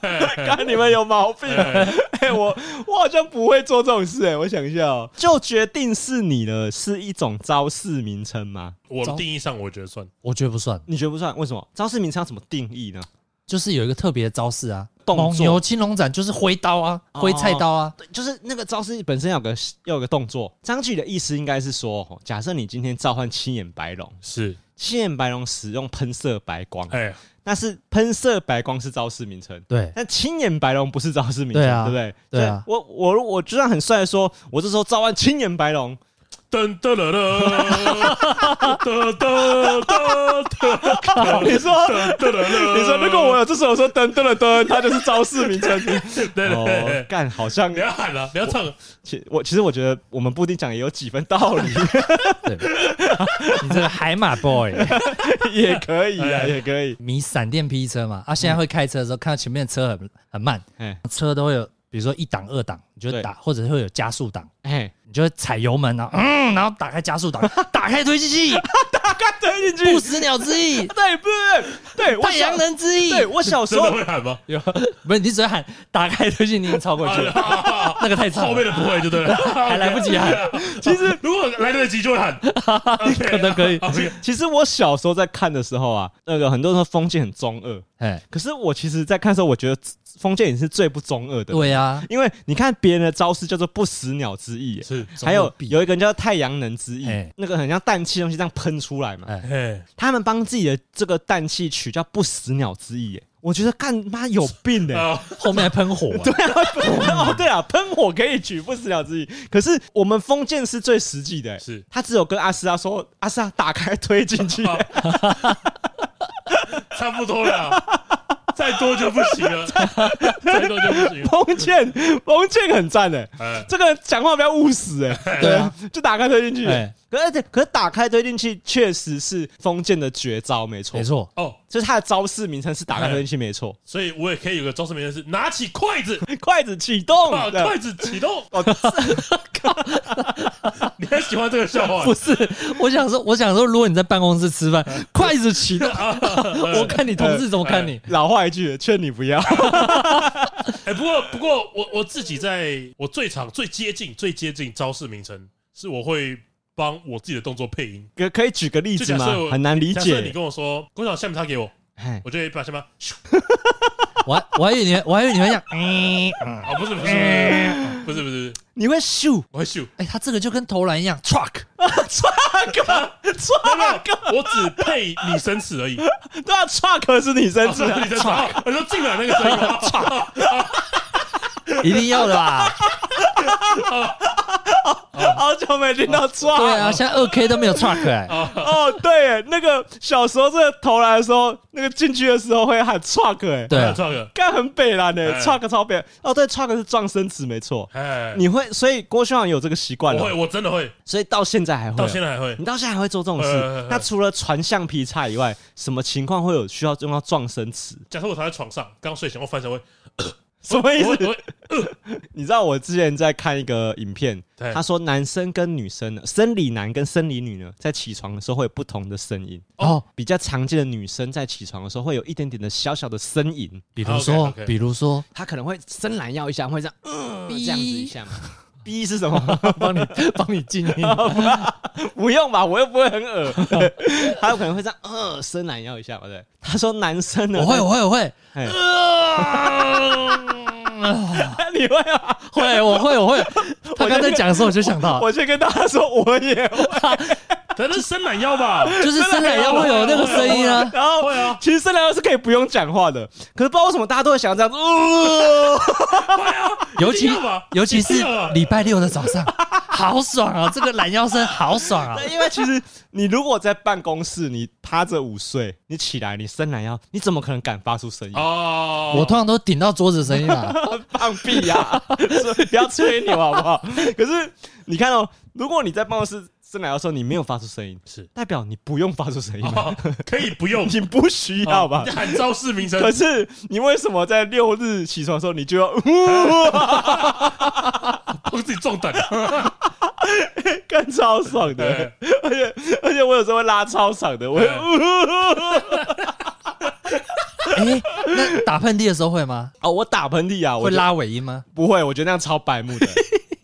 Speaker 1: 看你们有毛病。 哎，我我好像不会做这种事哎，我想一下哦，就决定是你的是一种招式名称吗？
Speaker 2: 我们定义上我觉得算，
Speaker 3: 我觉得不算，
Speaker 1: 你觉得不算？为什么招式名称要怎么定义呢？
Speaker 3: 就是有一个特别的招式啊，
Speaker 1: 动作
Speaker 3: 蒙牛青龙斩就是挥刀啊，
Speaker 1: 哦
Speaker 3: 挥菜刀啊，
Speaker 1: 对就是那个招式本身要有个要有个动作。张继的意思应该是说，哦假设你今天召唤青眼白龙，
Speaker 2: 是
Speaker 1: 青眼白龙使用喷射白光，
Speaker 2: 哎，
Speaker 1: 那是喷射白光是招式名称，
Speaker 3: 对，
Speaker 1: 但青眼白龙不是招式名称，
Speaker 3: 对啊
Speaker 1: 对不对？
Speaker 3: 对啊
Speaker 1: 所以我我我就算很帅的说，我这时候召唤青眼白 龙，
Speaker 2: 噔 噔噔噔噔噔噔
Speaker 3: 哦
Speaker 2: 噔，
Speaker 1: 你说
Speaker 2: 噔噔噔，
Speaker 1: 你说如果我有这时候说噔噔了噔，它就是招式名称。
Speaker 2: 对
Speaker 1: 哦
Speaker 2: 对，，
Speaker 1: 干好像
Speaker 2: 不要喊了，不要唱，
Speaker 1: 其我其实我觉得我们不一定讲也有几分道理，
Speaker 3: 你这个海马 boy，
Speaker 1: 也可以啊，
Speaker 2: 哎
Speaker 1: 也可以。
Speaker 3: 你闪电劈车嘛，啊，现在会开车的时候看到前面的车很很慢，
Speaker 1: 哎
Speaker 3: 车都会有，比如说一档、二档，你就
Speaker 1: 对
Speaker 3: 打，或者会有加速档，
Speaker 1: 哎，
Speaker 3: 你就会踩油门啊，嗯，然后打开加速档， 打开推进 器，
Speaker 1: 干推进去，
Speaker 3: 不死鸟之 翼，
Speaker 1: 对不对？对，我
Speaker 3: 太
Speaker 1: 小
Speaker 3: 阳能之翼，
Speaker 1: 对我小时
Speaker 2: 真
Speaker 1: 候
Speaker 2: 的会喊吗？
Speaker 3: 有，不是你只会喊打开推进器，已经超过去了，
Speaker 2: 啊
Speaker 3: 那个太长
Speaker 2: 哎后面
Speaker 3: 了，
Speaker 2: 的不会就对 了，
Speaker 3: 还来不及喊，
Speaker 1: 其实
Speaker 2: 如果来得及就会喊，可
Speaker 3: 可能可以，
Speaker 2: 啊
Speaker 1: 其实我小时候在看的时候啊，那个很多人说封建很中二，
Speaker 3: 哎，
Speaker 1: 可是我其实在看的时候，我觉得封建也是最不中二的。
Speaker 3: 对啊呀，
Speaker 1: 因为你看别人的招式叫做不死鸟之翼耶，
Speaker 2: 是，
Speaker 1: 还有
Speaker 3: 中二
Speaker 1: 有一个人叫太阳能之翼
Speaker 3: 哎，
Speaker 1: 那个很像氮气的东西这样喷出来嘛
Speaker 3: 哎。
Speaker 2: 哎，
Speaker 1: 他们帮自己的这个氮气取叫不死鸟之翼耶，我觉得干妈有病 的。
Speaker 2: 啊，
Speaker 3: 后面还喷火啊，
Speaker 1: 哦，对啊，喷火可以取不死鸟之翼，可是我们封建是最实际的耶，
Speaker 2: 是
Speaker 1: 他只有跟阿斯拉说，阿斯拉打开推进去。
Speaker 2: 差不多了，再多就不行了， 再多就不行了，
Speaker 1: 封建，封建很赞的，
Speaker 2: 哎，
Speaker 1: 这个人讲话比较务实哎、
Speaker 3: 对啊，
Speaker 1: 就打开推进去。
Speaker 3: 哎
Speaker 1: 可是而且可是打开推进去确实是封建的绝招，没错，
Speaker 3: 没，错，
Speaker 2: 哦，
Speaker 1: 就是他的招式名称是打开推进去，没错。
Speaker 2: 所以我也可以有个招式名人是拿起筷子，
Speaker 1: 筷子启动，
Speaker 2: 把
Speaker 1: 对
Speaker 2: 筷子启动，
Speaker 1: 哦，
Speaker 2: 你还喜欢这个笑 话
Speaker 3: 不？是，我想说，我想说，如果你在办公室吃饭，筷子起动，我看你同事怎么看你，
Speaker 1: 老话一句，劝你不 要。
Speaker 2: 哎，不过不过我我自己在我最常最接近最接近招式名称是我会帮我自己的动作配音。
Speaker 1: 可可以举个例
Speaker 2: 就
Speaker 1: 子
Speaker 2: 假
Speaker 1: 吗
Speaker 2: 设？我
Speaker 1: 很难理
Speaker 2: 假设你
Speaker 1: 解。
Speaker 2: 跟我说“国小下面他给我
Speaker 1: 哎”，
Speaker 2: 我就会把下面咻
Speaker 3: 我还我还以为你们，我还以为你们讲，嗯嗯
Speaker 2: 啊，不是不
Speaker 1: 哎
Speaker 2: 是不是不是不是，
Speaker 1: 你会 咻
Speaker 2: 我会咻。
Speaker 3: 哎，他这个就跟投篮一样，truck，
Speaker 1: truck truck，
Speaker 2: 我只配拟声词而已。
Speaker 1: 对 啊，truck 是你啊身
Speaker 2: 我
Speaker 1: 子
Speaker 2: 说哦 你在吵，我说进来那个声音吗，
Speaker 3: 一定要的吧？
Speaker 2: 哦
Speaker 1: 好久没听到 truck。
Speaker 3: 对啊，现在二 K 都没有 truck 哎，
Speaker 1: 哦，对耶，那个小时候这个投篮的时候，那个进去的时候会喊 truck，哎，
Speaker 3: 对 啊
Speaker 2: 那，唱个，
Speaker 1: 干很北蓝的
Speaker 2: 哎
Speaker 1: truck 超北。哦，对，truck 是撞生词，没错。
Speaker 2: 哎，
Speaker 1: 你会，所以郭秀阳有这个习惯
Speaker 2: 我会，
Speaker 1: 了，啊
Speaker 2: 我真的会，
Speaker 1: 所以到现在还会哦，
Speaker 2: 到现在还会
Speaker 1: 你。到现在还会做这种
Speaker 2: 哎哎哎
Speaker 1: 事
Speaker 2: 哎？
Speaker 1: 那除了传橡皮擦以外，什么情况会有需要用到撞生词？
Speaker 2: 假设我躺在床上，刚睡醒，我翻身会，
Speaker 1: 什么意
Speaker 2: 我
Speaker 1: 思？
Speaker 2: 我
Speaker 1: 你知道我之前在看一个影片，
Speaker 2: 对
Speaker 1: 他说男生跟女生呢，生理男跟生理女呢，在起床的时候会有不同的声音。
Speaker 3: 哦，
Speaker 1: 比较常见的女生在起床的时候会有一点点的小小的呻吟，
Speaker 3: 比如说
Speaker 2: OK，OK，
Speaker 3: 比如说，
Speaker 1: 她可能会伸懒腰一下，会这样， 嗯，
Speaker 3: 哔
Speaker 1: 这样子一下嘛。 逼是什么？
Speaker 3: 帮你帮你静音，
Speaker 1: 不用吧，我又不会很 恶。她有可能会这样，呃，伸懒腰一下嘛。对，他说男生呢，
Speaker 3: 我会我会我会，
Speaker 1: 哎
Speaker 3: 啊
Speaker 1: 你会啊？
Speaker 3: 会我会我会。他刚才讲的时候我就想到，
Speaker 1: 我先跟大家说，我也 会。
Speaker 2: 可能是伸懒腰 吧，
Speaker 3: 就是伸懒腰会有那个声音啊，
Speaker 1: 然后
Speaker 2: 会啊
Speaker 1: 其实伸懒腰是可以不用讲话的，可是不知道为什么大家都会想这样子，呃
Speaker 3: 尤其
Speaker 2: 一定要吧
Speaker 3: 尤其
Speaker 2: 一
Speaker 3: 是
Speaker 2: 定要吧
Speaker 3: 礼拜六的早上， 好爽啊！这个懒腰声好爽啊！
Speaker 1: 对因为其实你如果在办公室，你趴着午睡，你起来你伸懒腰，你怎么可能敢发出声音？
Speaker 2: 哦，
Speaker 3: 我通常都顶到桌子声音啊 啦，
Speaker 1: 放屁呀、啊所以不要吹牛好不好？可是你看哦，如果你在办公室伸懒腰的时候，你没有发出声音，
Speaker 2: 是
Speaker 1: 代表你不用发出声音吗，
Speaker 2: 哦可以不用， 哦
Speaker 1: 你不需要吧？
Speaker 3: 哦
Speaker 2: 你喊招式名声，
Speaker 1: 可是你为什么在六日起床的时候，你就要嗯呜，
Speaker 2: 帮自己中等，
Speaker 1: 更超爽的
Speaker 2: 对？
Speaker 1: 而且而且我有时候会拉超爽的，我会嗯呜
Speaker 3: 哎，那打喷嚏的时候会吗？
Speaker 1: 哦，我打喷嚏啊，我
Speaker 3: 会
Speaker 1: 就
Speaker 3: 拉尾音吗？
Speaker 1: 不会？我觉得那样超白 目的。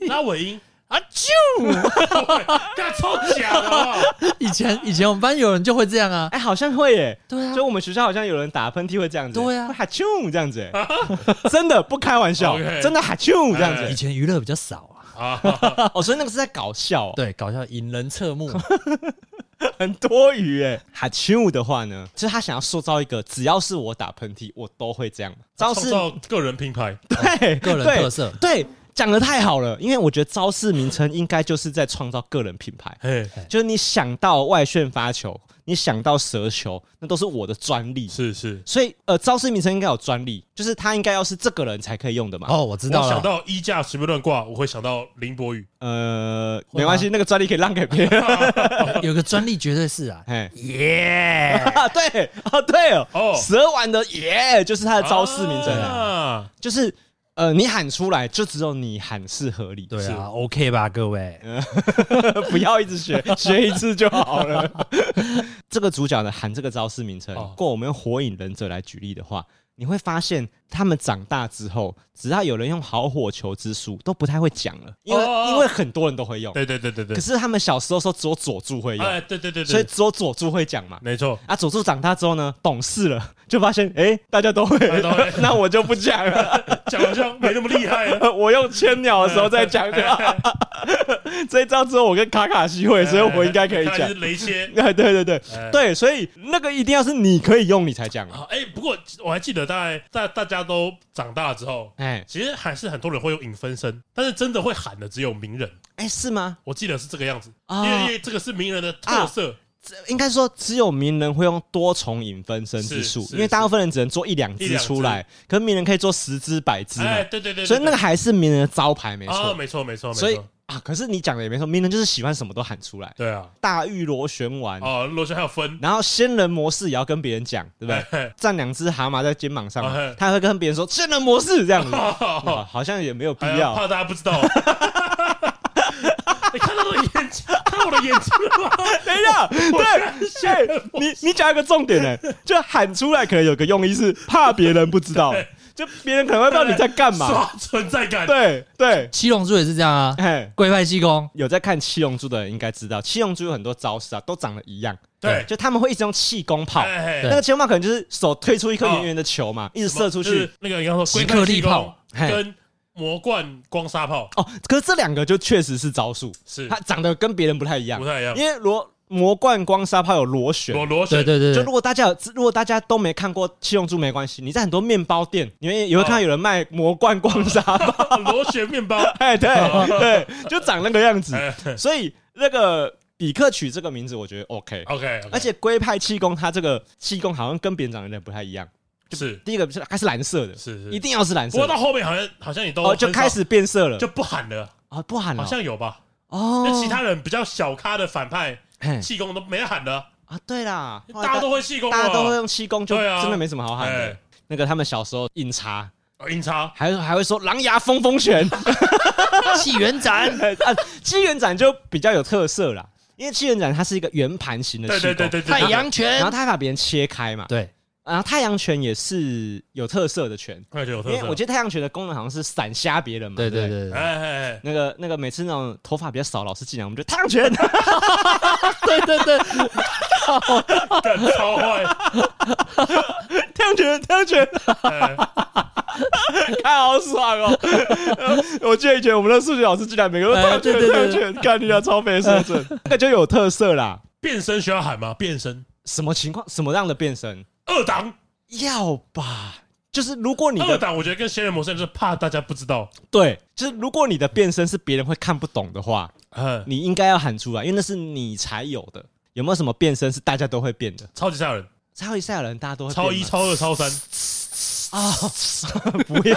Speaker 2: 拉 尾音，
Speaker 3: 啊啾！
Speaker 2: 干超假的好不好，
Speaker 3: 以前以前我们班有人就会这样啊，
Speaker 1: 哎，好像会耶。
Speaker 3: 对啊
Speaker 1: 就我们学校好像有人打喷嚏会这样子，
Speaker 3: 对啊
Speaker 1: 会哈啾这样子，哎真的不开玩笑，
Speaker 2: OK
Speaker 1: 真的哈啾这样子
Speaker 2: 哎
Speaker 3: 以。前娱乐比较少啊，
Speaker 2: 啊，
Speaker 1: 哦，所以那个是在搞笑、哦，
Speaker 3: 对，搞笑引人侧 目，
Speaker 1: 很多余哎。哈啾的话呢，就是他想要塑造一个，只要是我打喷嚏，我都会这样。招
Speaker 2: 创
Speaker 1: 式
Speaker 3: 哦
Speaker 2: 造个人品牌，
Speaker 1: 对
Speaker 3: 个人特色
Speaker 1: 对。对讲的太好了，因为我觉得招式名称应该就是在创造个人品牌，
Speaker 2: 嘿，
Speaker 3: 哎
Speaker 1: 就是你想到外旋发球，你想到蛇球，那都是我的专利。
Speaker 2: 是是，
Speaker 1: 所以呃，招式名称应该有专利，就是它应该要是这个人才可以用的嘛。
Speaker 3: 哦，我知
Speaker 2: 我
Speaker 3: 道
Speaker 2: 想
Speaker 3: 了，
Speaker 2: 到衣架随便乱挂，我会想到林博宇，
Speaker 1: 呃，
Speaker 3: 会吗
Speaker 1: 没关系，那个专利可以让给别 人。
Speaker 3: 有个专利绝对是啊，
Speaker 1: 哎，
Speaker 3: 耶！
Speaker 1: 啊，对，哦，对哦，
Speaker 2: 哦
Speaker 1: 蛇丸的耶，就是它的招式名称啊，
Speaker 2: 啊，
Speaker 1: 就是呃，你喊出来就只有你喊是合理，
Speaker 3: 对
Speaker 1: 是
Speaker 3: 啊，OK 吧，各位？
Speaker 1: 不要一直 学，学一次就好 了。这个主角呢喊这个招式名称，
Speaker 2: 哦
Speaker 1: 如果我们用火影忍者来举例的话，你会发现他们长大之后，只要有人用好火球之术，都不太会讲了，因为
Speaker 2: 哦哦哦
Speaker 1: 因为很多人都会用，
Speaker 2: 对对对对对
Speaker 1: 可，是他们小时候说只有佐助会用，
Speaker 2: 哎，对对对
Speaker 1: 所以
Speaker 2: 对，
Speaker 1: 只有佐助会讲嘛。
Speaker 2: 没错，
Speaker 1: 啊，佐助长大之后呢，懂事了， 就发现哎、诶大家都会
Speaker 2: 家都会，
Speaker 1: 那我就不讲了。
Speaker 2: 讲好像没那么厉害啊了，
Speaker 1: 我用千鸟的时候再讲 就好。这一招只有我跟卡卡西会， 所以我应该可以
Speaker 2: 看来
Speaker 1: 讲
Speaker 2: 是。雷切。
Speaker 1: 哎，对对对
Speaker 2: 哎
Speaker 1: 对，所以那个一定要是你可以用，你才讲。
Speaker 2: 啊，哎、不过我还记得，大概大大家都长大之后，
Speaker 1: 哎
Speaker 2: 其实还是很多人会用引分身，但是真的会喊的只有名人。
Speaker 1: 哎，是吗？
Speaker 2: 我记得是这个样子，
Speaker 1: 啊
Speaker 2: 因为因为这个是名人的特色，
Speaker 1: 这应该说只有名人会用多重影分身之术
Speaker 2: 是，是
Speaker 1: 因为大部分人只能做一两
Speaker 2: 一
Speaker 1: 只
Speaker 2: 两只
Speaker 1: 出来，可是名人可以做十只、百只嘛
Speaker 2: 哎，，对对对对，
Speaker 1: 所以那个
Speaker 2: 对
Speaker 1: 还是名人的招牌，没
Speaker 2: 啊，
Speaker 1: 错。
Speaker 2: 没错没错没错，
Speaker 1: 所以啊，可是你讲的也没错，名人就是喜欢什么都喊出来，
Speaker 2: 对啊，
Speaker 1: 大玉螺旋丸，
Speaker 2: 哦，螺旋还有分，哎
Speaker 1: 然后仙人模式也要跟别人讲，对不对？
Speaker 2: 对？
Speaker 1: 站两只蛤蟆在肩膀上嘛
Speaker 2: 哎，
Speaker 1: 他还会跟别人说仙人模式这样子，
Speaker 2: 哦
Speaker 1: 哇好像也没有必
Speaker 2: 哎呀
Speaker 1: 要。
Speaker 2: 怕大家不知道。 你看到我的眼睛，看到我的眼睛了吗？
Speaker 1: 等一下，对，哎、你你讲一个重点呢、就喊出来可能有个用意是怕别人不知道，
Speaker 2: 哎
Speaker 1: 就别人可能会不知道你在 干嘛。
Speaker 2: 刷存在感，
Speaker 1: 对对，
Speaker 3: 七龙珠也是这样啊，
Speaker 1: 哎，
Speaker 3: 龟派气功，
Speaker 1: 有在看《七龙珠》的人应该知道，《七龙珠》有很多招式啊，都长得一样。
Speaker 2: 对
Speaker 1: 就他们会一直用气功炮，
Speaker 2: 哎哦
Speaker 1: 那个气功炮可能就是手推出一颗圆圆的球嘛，一直射出
Speaker 2: 就
Speaker 1: 去
Speaker 2: 是。那个你刚说
Speaker 3: 即刻力炮
Speaker 2: 龟派气功跟魔冠光沙炮
Speaker 1: 哦，可是这两个就确实是招数，
Speaker 2: 是
Speaker 1: 它长得跟别人不太一样
Speaker 2: 不，太一样，
Speaker 1: 因为螺魔冠光沙炮有螺旋，
Speaker 2: 螺螺
Speaker 3: 对
Speaker 2: 旋
Speaker 3: 对对
Speaker 1: 就
Speaker 3: 对
Speaker 1: 如，果大家有，如果大家都没看过《七龙珠》，没关系，你在很多面包店，你会也会看到有人卖魔罐光 沙包，
Speaker 2: 螺旋面 包，
Speaker 1: 哎，对对，就长那个样子。
Speaker 2: 哦哎
Speaker 1: 所以那个比克取这个名字，我觉得 OK。
Speaker 2: OK，
Speaker 1: 而且龟派气功，它这个气功好像跟别人长得有点不太一样。
Speaker 2: 是
Speaker 1: 第一个是它是蓝色的，
Speaker 2: 是是
Speaker 1: 一定要是蓝
Speaker 2: 不
Speaker 1: 色
Speaker 2: 过
Speaker 1: 的
Speaker 2: 到后面好像好像也都
Speaker 1: 哦，就
Speaker 2: 很少
Speaker 1: 开始变色了，
Speaker 2: 就不喊了，
Speaker 1: 哦不喊了
Speaker 2: 好像有吧？
Speaker 1: 哦
Speaker 2: 那。其他人比较小咖的反派
Speaker 1: 嘿
Speaker 2: 气功都没喊的，
Speaker 1: 啊，对啦，后来
Speaker 2: 大家都会气功了，
Speaker 1: 大家都会用气功，就
Speaker 2: 对啊
Speaker 1: 真的没什么好喊的
Speaker 2: 哎。
Speaker 1: 那个他们小时候印茶，
Speaker 2: 哦音叉，
Speaker 1: 还还会说狼牙风风 拳，
Speaker 3: 纪元展，
Speaker 1: 啊，七元斩就比较有特色啦，因为七元斩它是一个圆盘形的
Speaker 2: 对
Speaker 1: 气
Speaker 2: 对对
Speaker 1: 功，
Speaker 2: 对对，对
Speaker 3: 太阳，
Speaker 1: 然
Speaker 3: 拳
Speaker 1: 后，它会把别人切开嘛，
Speaker 3: 对，
Speaker 1: 然后太阳拳也是有特色的拳，
Speaker 2: 快就有
Speaker 1: 因
Speaker 2: 特
Speaker 1: 为
Speaker 2: 色。
Speaker 1: 我记得太阳拳的功能好像是闪瞎别人嘛，
Speaker 3: 对
Speaker 1: 不
Speaker 3: 对。
Speaker 2: 哎
Speaker 3: 对对，
Speaker 2: 哎哎，
Speaker 1: 那个那个每次那种头发比较少老师进来，我们就太阳拳，
Speaker 3: 对 对对，
Speaker 2: 干哎 超坏，
Speaker 1: 太阳拳，太阳拳，
Speaker 2: 哎
Speaker 1: 看好爽哦！ 我记得以前我们的数学老师进来，每个都太阳拳，
Speaker 3: 哎对对
Speaker 1: 太
Speaker 3: 对
Speaker 1: 阳拳，看你俩超肥射准，那个就有特色啦。
Speaker 2: 变身需要喊吗？变身
Speaker 1: 什么情况？什么样的变身？
Speaker 2: 二档，
Speaker 1: 要吧？就是如果你
Speaker 2: 二
Speaker 1: 的
Speaker 2: 档，我觉得跟仙人模式就是怕大家不知道，
Speaker 1: 对，就是如果你的变身是别人会看不懂的话，
Speaker 2: 嗯，
Speaker 1: 你应该要喊出来，因为那是你才有的。有没有什么变身是大家都会变的？
Speaker 2: 超级吓人，
Speaker 1: 超级赛亚人大家都会变
Speaker 2: 超一、
Speaker 1: 吗
Speaker 2: 超二、超三，
Speaker 1: 啊！ 不要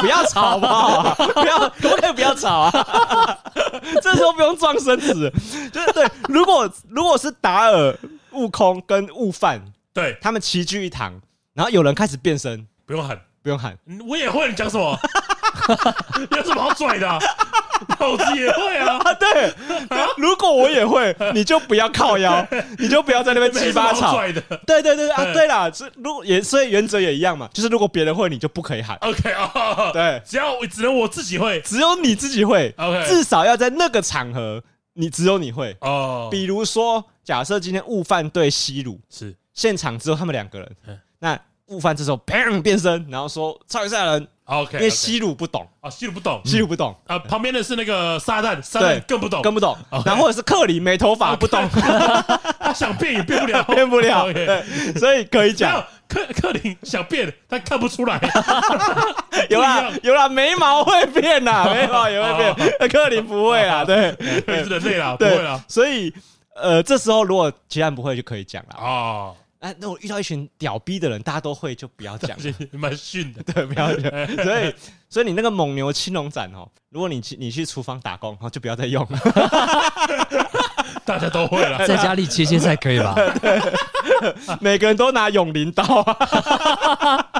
Speaker 1: 不要吵好不好、啊？ 不要可不可以不要吵啊？ 这时候不用撞身子，就是对。如果如果是达尔、悟空跟悟饭
Speaker 2: 对，
Speaker 1: 他们齐聚一堂，然后有人开始变身，
Speaker 2: 不用喊，
Speaker 1: 不用喊，
Speaker 2: 嗯我也会，你讲什么？ 有什么好拽的 啊？老子也会啊，
Speaker 1: 啊，对，如果我也会，你就不要靠腰，你就不要在那边
Speaker 2: 没
Speaker 1: 鸡
Speaker 2: 什么
Speaker 1: 巴
Speaker 2: 好
Speaker 1: 吵。
Speaker 2: 拽的。
Speaker 1: 对对对啊，
Speaker 2: 嗯
Speaker 1: 对啦，是如果也所以原则也一样嘛，就是如果别人会，你就不可以喊。
Speaker 2: OK 啊，
Speaker 1: 对，
Speaker 2: 只要我只能我自己会
Speaker 1: 只有你自己会，
Speaker 2: OK
Speaker 1: 至少要在那个场合，你只有你会。
Speaker 2: 哦，
Speaker 1: 比如说，假设今天悟饭对西鲁，
Speaker 2: 是
Speaker 1: 现场只有他们两个人
Speaker 2: 嗯，
Speaker 1: 那悟饭这时候砰变身，然后说超级赛亚人，
Speaker 2: OK，
Speaker 1: 因为西鲁不懂，
Speaker 2: 啊西鲁不懂
Speaker 1: 西鲁不懂，
Speaker 2: 啊，旁边的是那个撒旦，撒
Speaker 1: 对
Speaker 2: 旦更不懂，
Speaker 1: 跟不懂
Speaker 2: OK，
Speaker 1: 然后或者是克里没头发不懂，
Speaker 2: 他想变也变不了，
Speaker 1: 变不了，
Speaker 2: 哦 OK
Speaker 1: 对所以可以
Speaker 2: 没
Speaker 1: 讲
Speaker 2: 有。克克林想变，但看不出 来。
Speaker 1: 有啦
Speaker 2: 不一样哦
Speaker 1: 有啦，眉毛会变啦，眉毛也会变， 克林不会啦，对
Speaker 2: 对，是人类哦嗯啦，不会
Speaker 1: 对
Speaker 2: 啦，。
Speaker 1: 所以呃，这时候如果其他人不会就可以讲啦。
Speaker 2: 啊，
Speaker 1: 哎，那我遇到一群屌逼的人，大家都会就不要讲，
Speaker 2: 蛮逊的。
Speaker 1: 对，不要讲。所以所以你那个蒙牛青龙斩哦，如果你去你去厨房打工，然哦后就不要再用了，
Speaker 2: 大家都会了。
Speaker 3: 在家里切切菜可以吧？
Speaker 1: 每个人都拿永灵刀啊，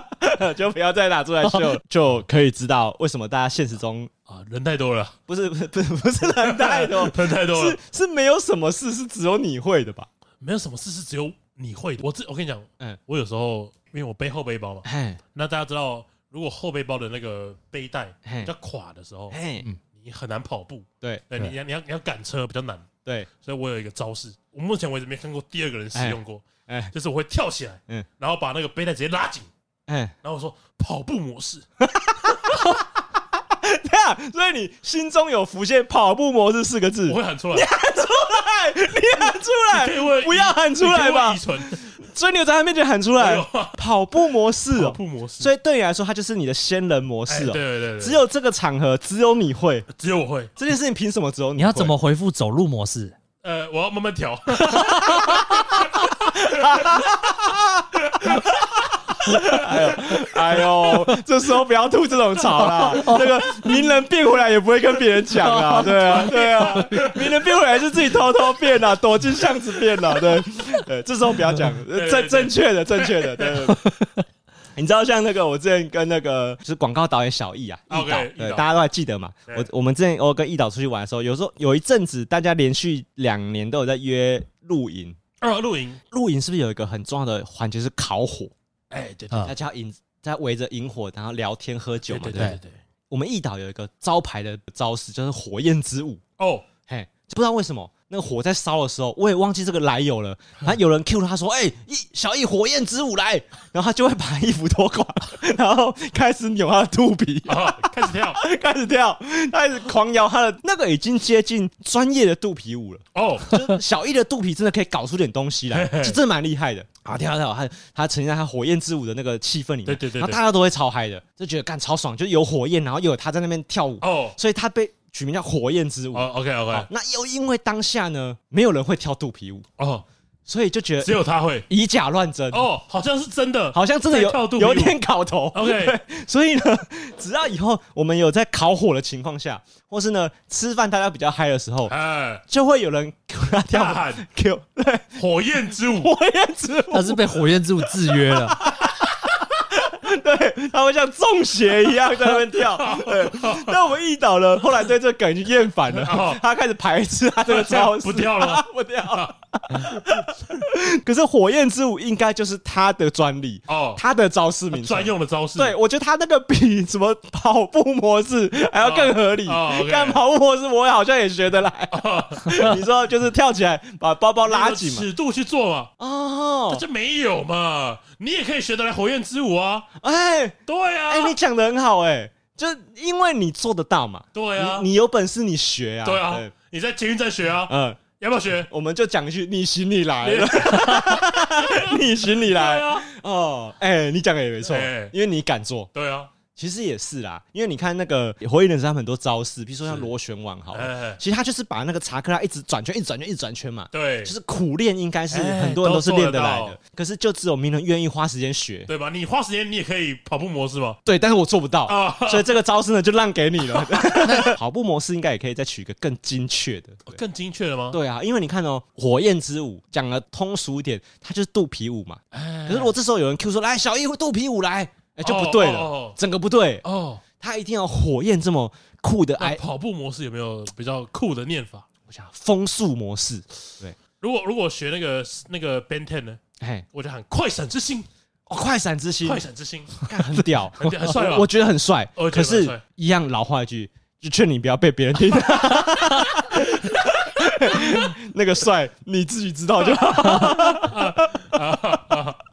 Speaker 1: 就不要再拿出来秀了，就可以知道为什么大家现实中
Speaker 2: 啊，人太多了，
Speaker 1: 不是 不是不是不是人太多。
Speaker 2: 人太多了
Speaker 1: 哦是，是没有什么事是只有你会的吧？
Speaker 2: 没有什么事是只有你会的。我自我跟你讲，
Speaker 1: 嗯
Speaker 2: 我有时候因为我背后背包嘛，
Speaker 1: 嘿，
Speaker 2: 那大家知道，如果后背包的那个背带
Speaker 1: 嘿
Speaker 2: 比较垮的时候，
Speaker 1: 嘿，
Speaker 2: 你很难跑步。
Speaker 1: 哎对
Speaker 2: 对，你要你要你要赶车比较难，
Speaker 1: 对，
Speaker 2: 所以我有一个招式，我目前为止没看过第二个人使用过，
Speaker 1: 哎
Speaker 2: 就是我会跳起来，
Speaker 1: 嗯
Speaker 2: 然后把那个背带直接拉紧，
Speaker 1: 哎，
Speaker 2: 然后我说跑步模式，
Speaker 1: 对啊，所以你心中有浮现“跑步模式”四个字
Speaker 2: 我，会喊 出来，
Speaker 1: 喊出来，你喊出
Speaker 2: 可以
Speaker 1: 来，
Speaker 2: 问
Speaker 1: 不要喊出来吧
Speaker 2: 遗存
Speaker 1: 所以你有在他面前喊出来
Speaker 2: 有啊，
Speaker 1: 跑步模式
Speaker 2: 跑
Speaker 1: 哦。
Speaker 2: 步模式，
Speaker 1: 所以对你来说，它 就是你的仙人模
Speaker 2: 哎
Speaker 1: 式
Speaker 2: 对
Speaker 1: 哦。
Speaker 2: 对对，对
Speaker 1: 只有这个场合，只有你会
Speaker 2: 只有我会，
Speaker 1: 这件事情，凭什么只有你？
Speaker 3: 你要怎？么回复走路模式？
Speaker 2: 呃，我要慢慢调，
Speaker 1: 哎呦，这时候不要吐这种槽啦。那个名人变回来也不会跟别人讲 啦，对啊，对啊，名人变回来是自己偷偷变啦，躲进巷子变啦，对， 对，这时候不要讲，呃
Speaker 2: 对
Speaker 1: 正
Speaker 2: 对
Speaker 1: 正确的，正确的，对。 对对你知道像那个我之前跟那个就是广告导演小易啊，易导
Speaker 2: OK，易
Speaker 1: 对，
Speaker 2: 导
Speaker 1: 大家都还记得嘛？
Speaker 2: 对
Speaker 1: 我我们之前哦我跟易导出去玩的时候，有时候有一阵子大家连续两年都有在约露营，
Speaker 2: 二露营，
Speaker 1: 露营是不是有一个很重要的环节是烤火？
Speaker 2: 哎，对对
Speaker 3: 啊
Speaker 1: 大，家引在围着萤火，然后聊天喝酒
Speaker 2: 对
Speaker 1: 嘛。对
Speaker 2: 对
Speaker 1: 不
Speaker 2: 对
Speaker 1: 对，
Speaker 2: 对对，
Speaker 1: 我们义岛有一个招牌的招式，就是火焰之舞。
Speaker 2: 哦，
Speaker 1: 嘿，不知道为什么那个火在烧的时候，我也忘记这个来由了。然后有人 Q 他说：“哎、一小易火焰之舞来！” 然后他就会把衣服脱光，然后开始扭他的肚皮，
Speaker 2: 啊，开始跳，
Speaker 1: 开始跳，开始狂摇他的那个已经接近专业的肚皮舞了。
Speaker 2: 哦，
Speaker 1: 就是 小易的肚皮真的可以搞出点东西 来，
Speaker 2: 嘿嘿
Speaker 1: 就真的蛮厉害的啊！跳跳跳，他他沉浸在他火焰之舞的那个气氛里面，
Speaker 2: 对对对对
Speaker 1: 然后大家都会超嗨的，就觉得干超爽，就是有火焰，然后又有他在那边跳舞，
Speaker 2: 哦，
Speaker 1: 所以他被取名叫火焰之舞。
Speaker 2: 哦，OK
Speaker 1: 好
Speaker 2: OK，
Speaker 1: 那又因为当下呢，没有人会跳肚皮舞，
Speaker 2: 哦，
Speaker 1: 所以就觉
Speaker 2: 只
Speaker 1: 得
Speaker 2: 有他会，
Speaker 1: 以假乱真，
Speaker 2: 哦，好像是真的
Speaker 1: 好像真的有
Speaker 2: 在跳肚皮舞哦
Speaker 1: 有点搞头。
Speaker 2: ，OK，
Speaker 1: 所以呢，只要以后我们有在烤火的情况下，或是呢吃饭大家比较嗨的时候，
Speaker 2: 哎，
Speaker 1: 就会有人 Q 他跳
Speaker 2: 大
Speaker 1: 舞
Speaker 2: 喊
Speaker 1: Q 对
Speaker 2: 火焰之舞，
Speaker 1: 火焰之舞。
Speaker 3: 他是被火焰之舞制约了，
Speaker 1: 对， 他会像中邪一样在那边 跳。对，那我们易导呢，后来对这个梗已经厌烦了
Speaker 2: 哦，
Speaker 1: 他开始排斥他这个招式，
Speaker 2: 不跳了，
Speaker 1: 不跳了。可是火焰之舞应该就是他的专利，
Speaker 2: 哦，
Speaker 1: 他的招式名称
Speaker 2: 专。用的招式，
Speaker 1: 对，我觉得他那个比什么跑步模式还要更合理
Speaker 2: 哦哦。，OK 哦
Speaker 1: 干跑步模式我好像也学得来。你说就是跳起来把包包拉紧嘛？
Speaker 2: 尺度去做嘛，
Speaker 1: 哦，
Speaker 2: 这没有嘛，你也可以学得来火焰之舞啊，
Speaker 1: 哎
Speaker 2: 对啊，
Speaker 1: 哎，你讲的很好哎，就是因为你做得到嘛。
Speaker 2: 对啊
Speaker 1: 你，你有本事你学啊。
Speaker 2: 对啊，你在捷运站学啊，
Speaker 1: 嗯，
Speaker 2: 要不要学？
Speaker 1: 我们就讲一句，你行你来， 你行你
Speaker 2: 对
Speaker 1: 来。
Speaker 2: 啊，
Speaker 1: 哦，哎，你讲的也没错
Speaker 2: 哎，
Speaker 1: 因为你敢做。
Speaker 2: 对啊，
Speaker 1: 其实也是啦，因为你看那个《火影忍者》他们很多招式，比如说像螺旋丸好了，
Speaker 2: 哎，
Speaker 1: 其实他就是把那个查克拉一直转圈，一直转圈，一直转圈嘛。
Speaker 2: 对
Speaker 1: 就，是苦练，应该是
Speaker 2: 哎
Speaker 1: 很多人都是练得
Speaker 2: 都
Speaker 1: 来
Speaker 2: 做得
Speaker 1: 的。可是就只有鸣人愿意花时间学，
Speaker 2: 对吧？你花时间，你也可以跑步模式嘛，
Speaker 1: 对，但是我做不到，
Speaker 2: 啊，
Speaker 1: 所以这个招式呢就让给你 了。 跑步模式应该也可以再取一个更精确的。对
Speaker 2: 更精确了吗？
Speaker 1: 对啊，因为你看哦，火焰之舞讲的通俗一点，它就是肚皮舞嘛。可是如果这时候有人 Q 说来小一肚皮舞来，哎就不对了，
Speaker 2: 哎哦
Speaker 1: 整个不对，
Speaker 2: 哦哦，
Speaker 1: 他一定要火焰这么酷的
Speaker 2: 那
Speaker 1: 哎，
Speaker 2: 跑步模式有没有比较酷的念法？
Speaker 1: 我想风速模式，
Speaker 2: 如果如果学那个那个 Ben Ten 呢，
Speaker 1: 哎，
Speaker 2: 我就喊快闪之星，
Speaker 1: 哦，快闪之心，
Speaker 2: 快闪之 星，
Speaker 1: 干很屌，
Speaker 2: 很很帅吧
Speaker 1: 我？觉得很帅，
Speaker 2: 我觉得
Speaker 1: 可
Speaker 2: 蛮帅
Speaker 1: 是一样老话一句，就劝你不要被别人听 到。那个帅你自己知道就好。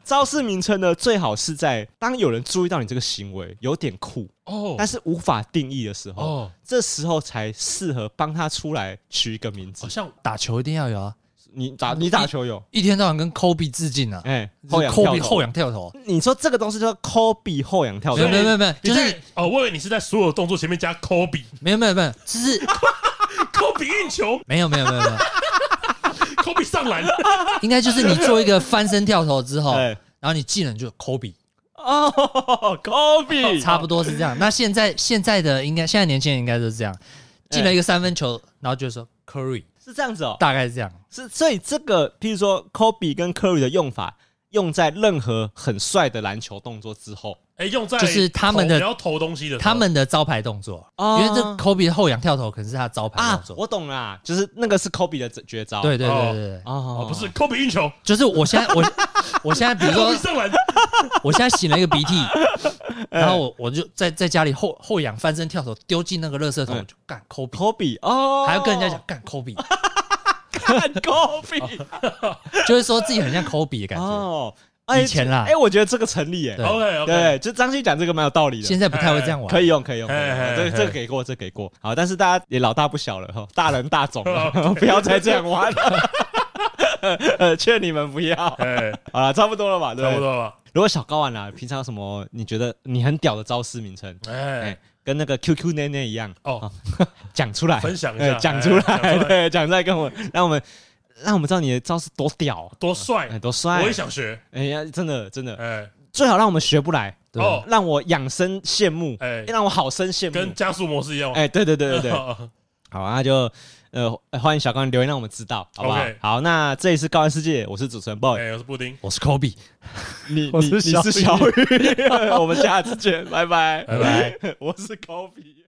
Speaker 1: 招式名称呢，最好是在当有人注意到你这个行为有点酷，
Speaker 2: 哦
Speaker 1: 但是无法定义的时候，
Speaker 2: 哦，
Speaker 1: 这时候才适合帮他出来取一个名字
Speaker 2: 好。像
Speaker 3: 打球一定要有啊，
Speaker 1: 你打你打球有？
Speaker 3: 一天到晚跟 Kobe 致敬啊，
Speaker 1: 哎，后
Speaker 3: 就
Speaker 1: 仰
Speaker 3: 是
Speaker 1: 跳
Speaker 3: Kobe 后
Speaker 1: 投。
Speaker 3: 仰跳投，
Speaker 1: 你说这个东西叫 Kobe 后仰跳
Speaker 3: 没
Speaker 1: 投
Speaker 3: 有，没有没有没有，
Speaker 2: 你
Speaker 3: 就
Speaker 2: 在
Speaker 3: 是
Speaker 2: 哦，我以为你是在所有动作前面加 Kobe
Speaker 3: 没有没有没有，就是
Speaker 2: Kobe 运球
Speaker 3: 没有没有没有没有，
Speaker 2: ，Kobe 上篮，
Speaker 3: 应该就是你做一个翻身跳投之后，
Speaker 1: 哎
Speaker 3: 然后你技能就 Kobe，
Speaker 1: 哦，Kobe
Speaker 3: 差不多是这样。那现在现在的应该现在年轻人应该就是这样，进了一个三分球，然后就说 Curry，
Speaker 1: 是这样子哦。
Speaker 3: 大概是这样。
Speaker 1: 是，所以这个，譬如说 Kobe 跟 Curry 的用法，用在任何很帅的篮球动作之后，
Speaker 2: 哎，用在
Speaker 3: 就是他们的
Speaker 2: 投你要投东西的时候，
Speaker 3: 他们的招牌动作，
Speaker 1: 哦
Speaker 3: 因为这 Kobe 的后仰跳投可能是他的招牌
Speaker 1: 啊
Speaker 3: 动，作。
Speaker 1: 我懂啦，就是那个是 Kobe 的绝招，
Speaker 3: 对对
Speaker 2: 哦
Speaker 3: 对对对，
Speaker 1: 哦
Speaker 2: 哦，不是 Kobe 运球
Speaker 3: 就是我现在我 我现在比如 说
Speaker 2: ，Kobe 上篮，
Speaker 3: 我现在擤了一个鼻涕，
Speaker 1: 哎
Speaker 3: 然后我我就在在家里后后仰翻身跳投丢进那个垃圾
Speaker 1: 嗯
Speaker 3: 桶，我就干 Kobe，
Speaker 1: Kobe 哦，
Speaker 3: 还要跟人家讲干 Kobe，
Speaker 1: 看 Kobe
Speaker 3: 就会说自己很像 Kobe 的感觉。
Speaker 1: 哦，
Speaker 3: 以前啦
Speaker 1: 哎，我觉得这个成立哎，
Speaker 3: 对
Speaker 2: OK OK，
Speaker 1: 对，就张信讲这个蛮有道理的
Speaker 3: 现。在不太会这样玩，
Speaker 1: 可以用，可以用，可
Speaker 2: 嘿
Speaker 1: 以用
Speaker 2: 嘿
Speaker 1: 这个
Speaker 2: 嘿
Speaker 1: 这个给过，这个给过。好，但是大家也老大不小了哈，大人大种 了， 不要再这样玩了。 呃，劝你们不要。
Speaker 2: 哎，
Speaker 1: 好了，差不多了吧？对
Speaker 2: 差不多了吧，
Speaker 1: 如果小高玩啊啦，平常有什么你觉得你很屌的招式名称，哎、
Speaker 2: 哎，
Speaker 1: 跟那个 QQ 内内一样，
Speaker 2: 哦，
Speaker 1: 讲出来，
Speaker 2: 分享一
Speaker 1: 哎
Speaker 2: 下，
Speaker 1: 讲出来，
Speaker 2: 哎讲出来
Speaker 1: 对，讲出来跟我们，让我们让我们知道你的招式多屌、
Speaker 2: 多帅
Speaker 1: 哎、，多帅
Speaker 2: 我也，想学，
Speaker 1: 哎呀、真的真的，
Speaker 2: 哎，
Speaker 1: 最好让我们学不来，
Speaker 3: 对
Speaker 2: 哦
Speaker 1: 让我养生羡慕，
Speaker 2: 哎
Speaker 1: 让我好生羡
Speaker 2: 跟哦
Speaker 1: 慕，
Speaker 2: 加速模式一样吗，
Speaker 1: 哎、对对对对对，
Speaker 2: 对，
Speaker 1: 好，那就呃欢迎小高留言让我们知道，好不好
Speaker 2: OK
Speaker 1: 好，那这里是高玩世界，我是主持人 boy，、
Speaker 2: 哎，我是布丁，
Speaker 3: 我是 Kobe。
Speaker 1: 你
Speaker 3: 我
Speaker 1: 你
Speaker 3: 是
Speaker 1: 你
Speaker 3: 小
Speaker 1: 是小雨，我们下次见，拜拜
Speaker 2: 拜拜。
Speaker 1: 我是高比。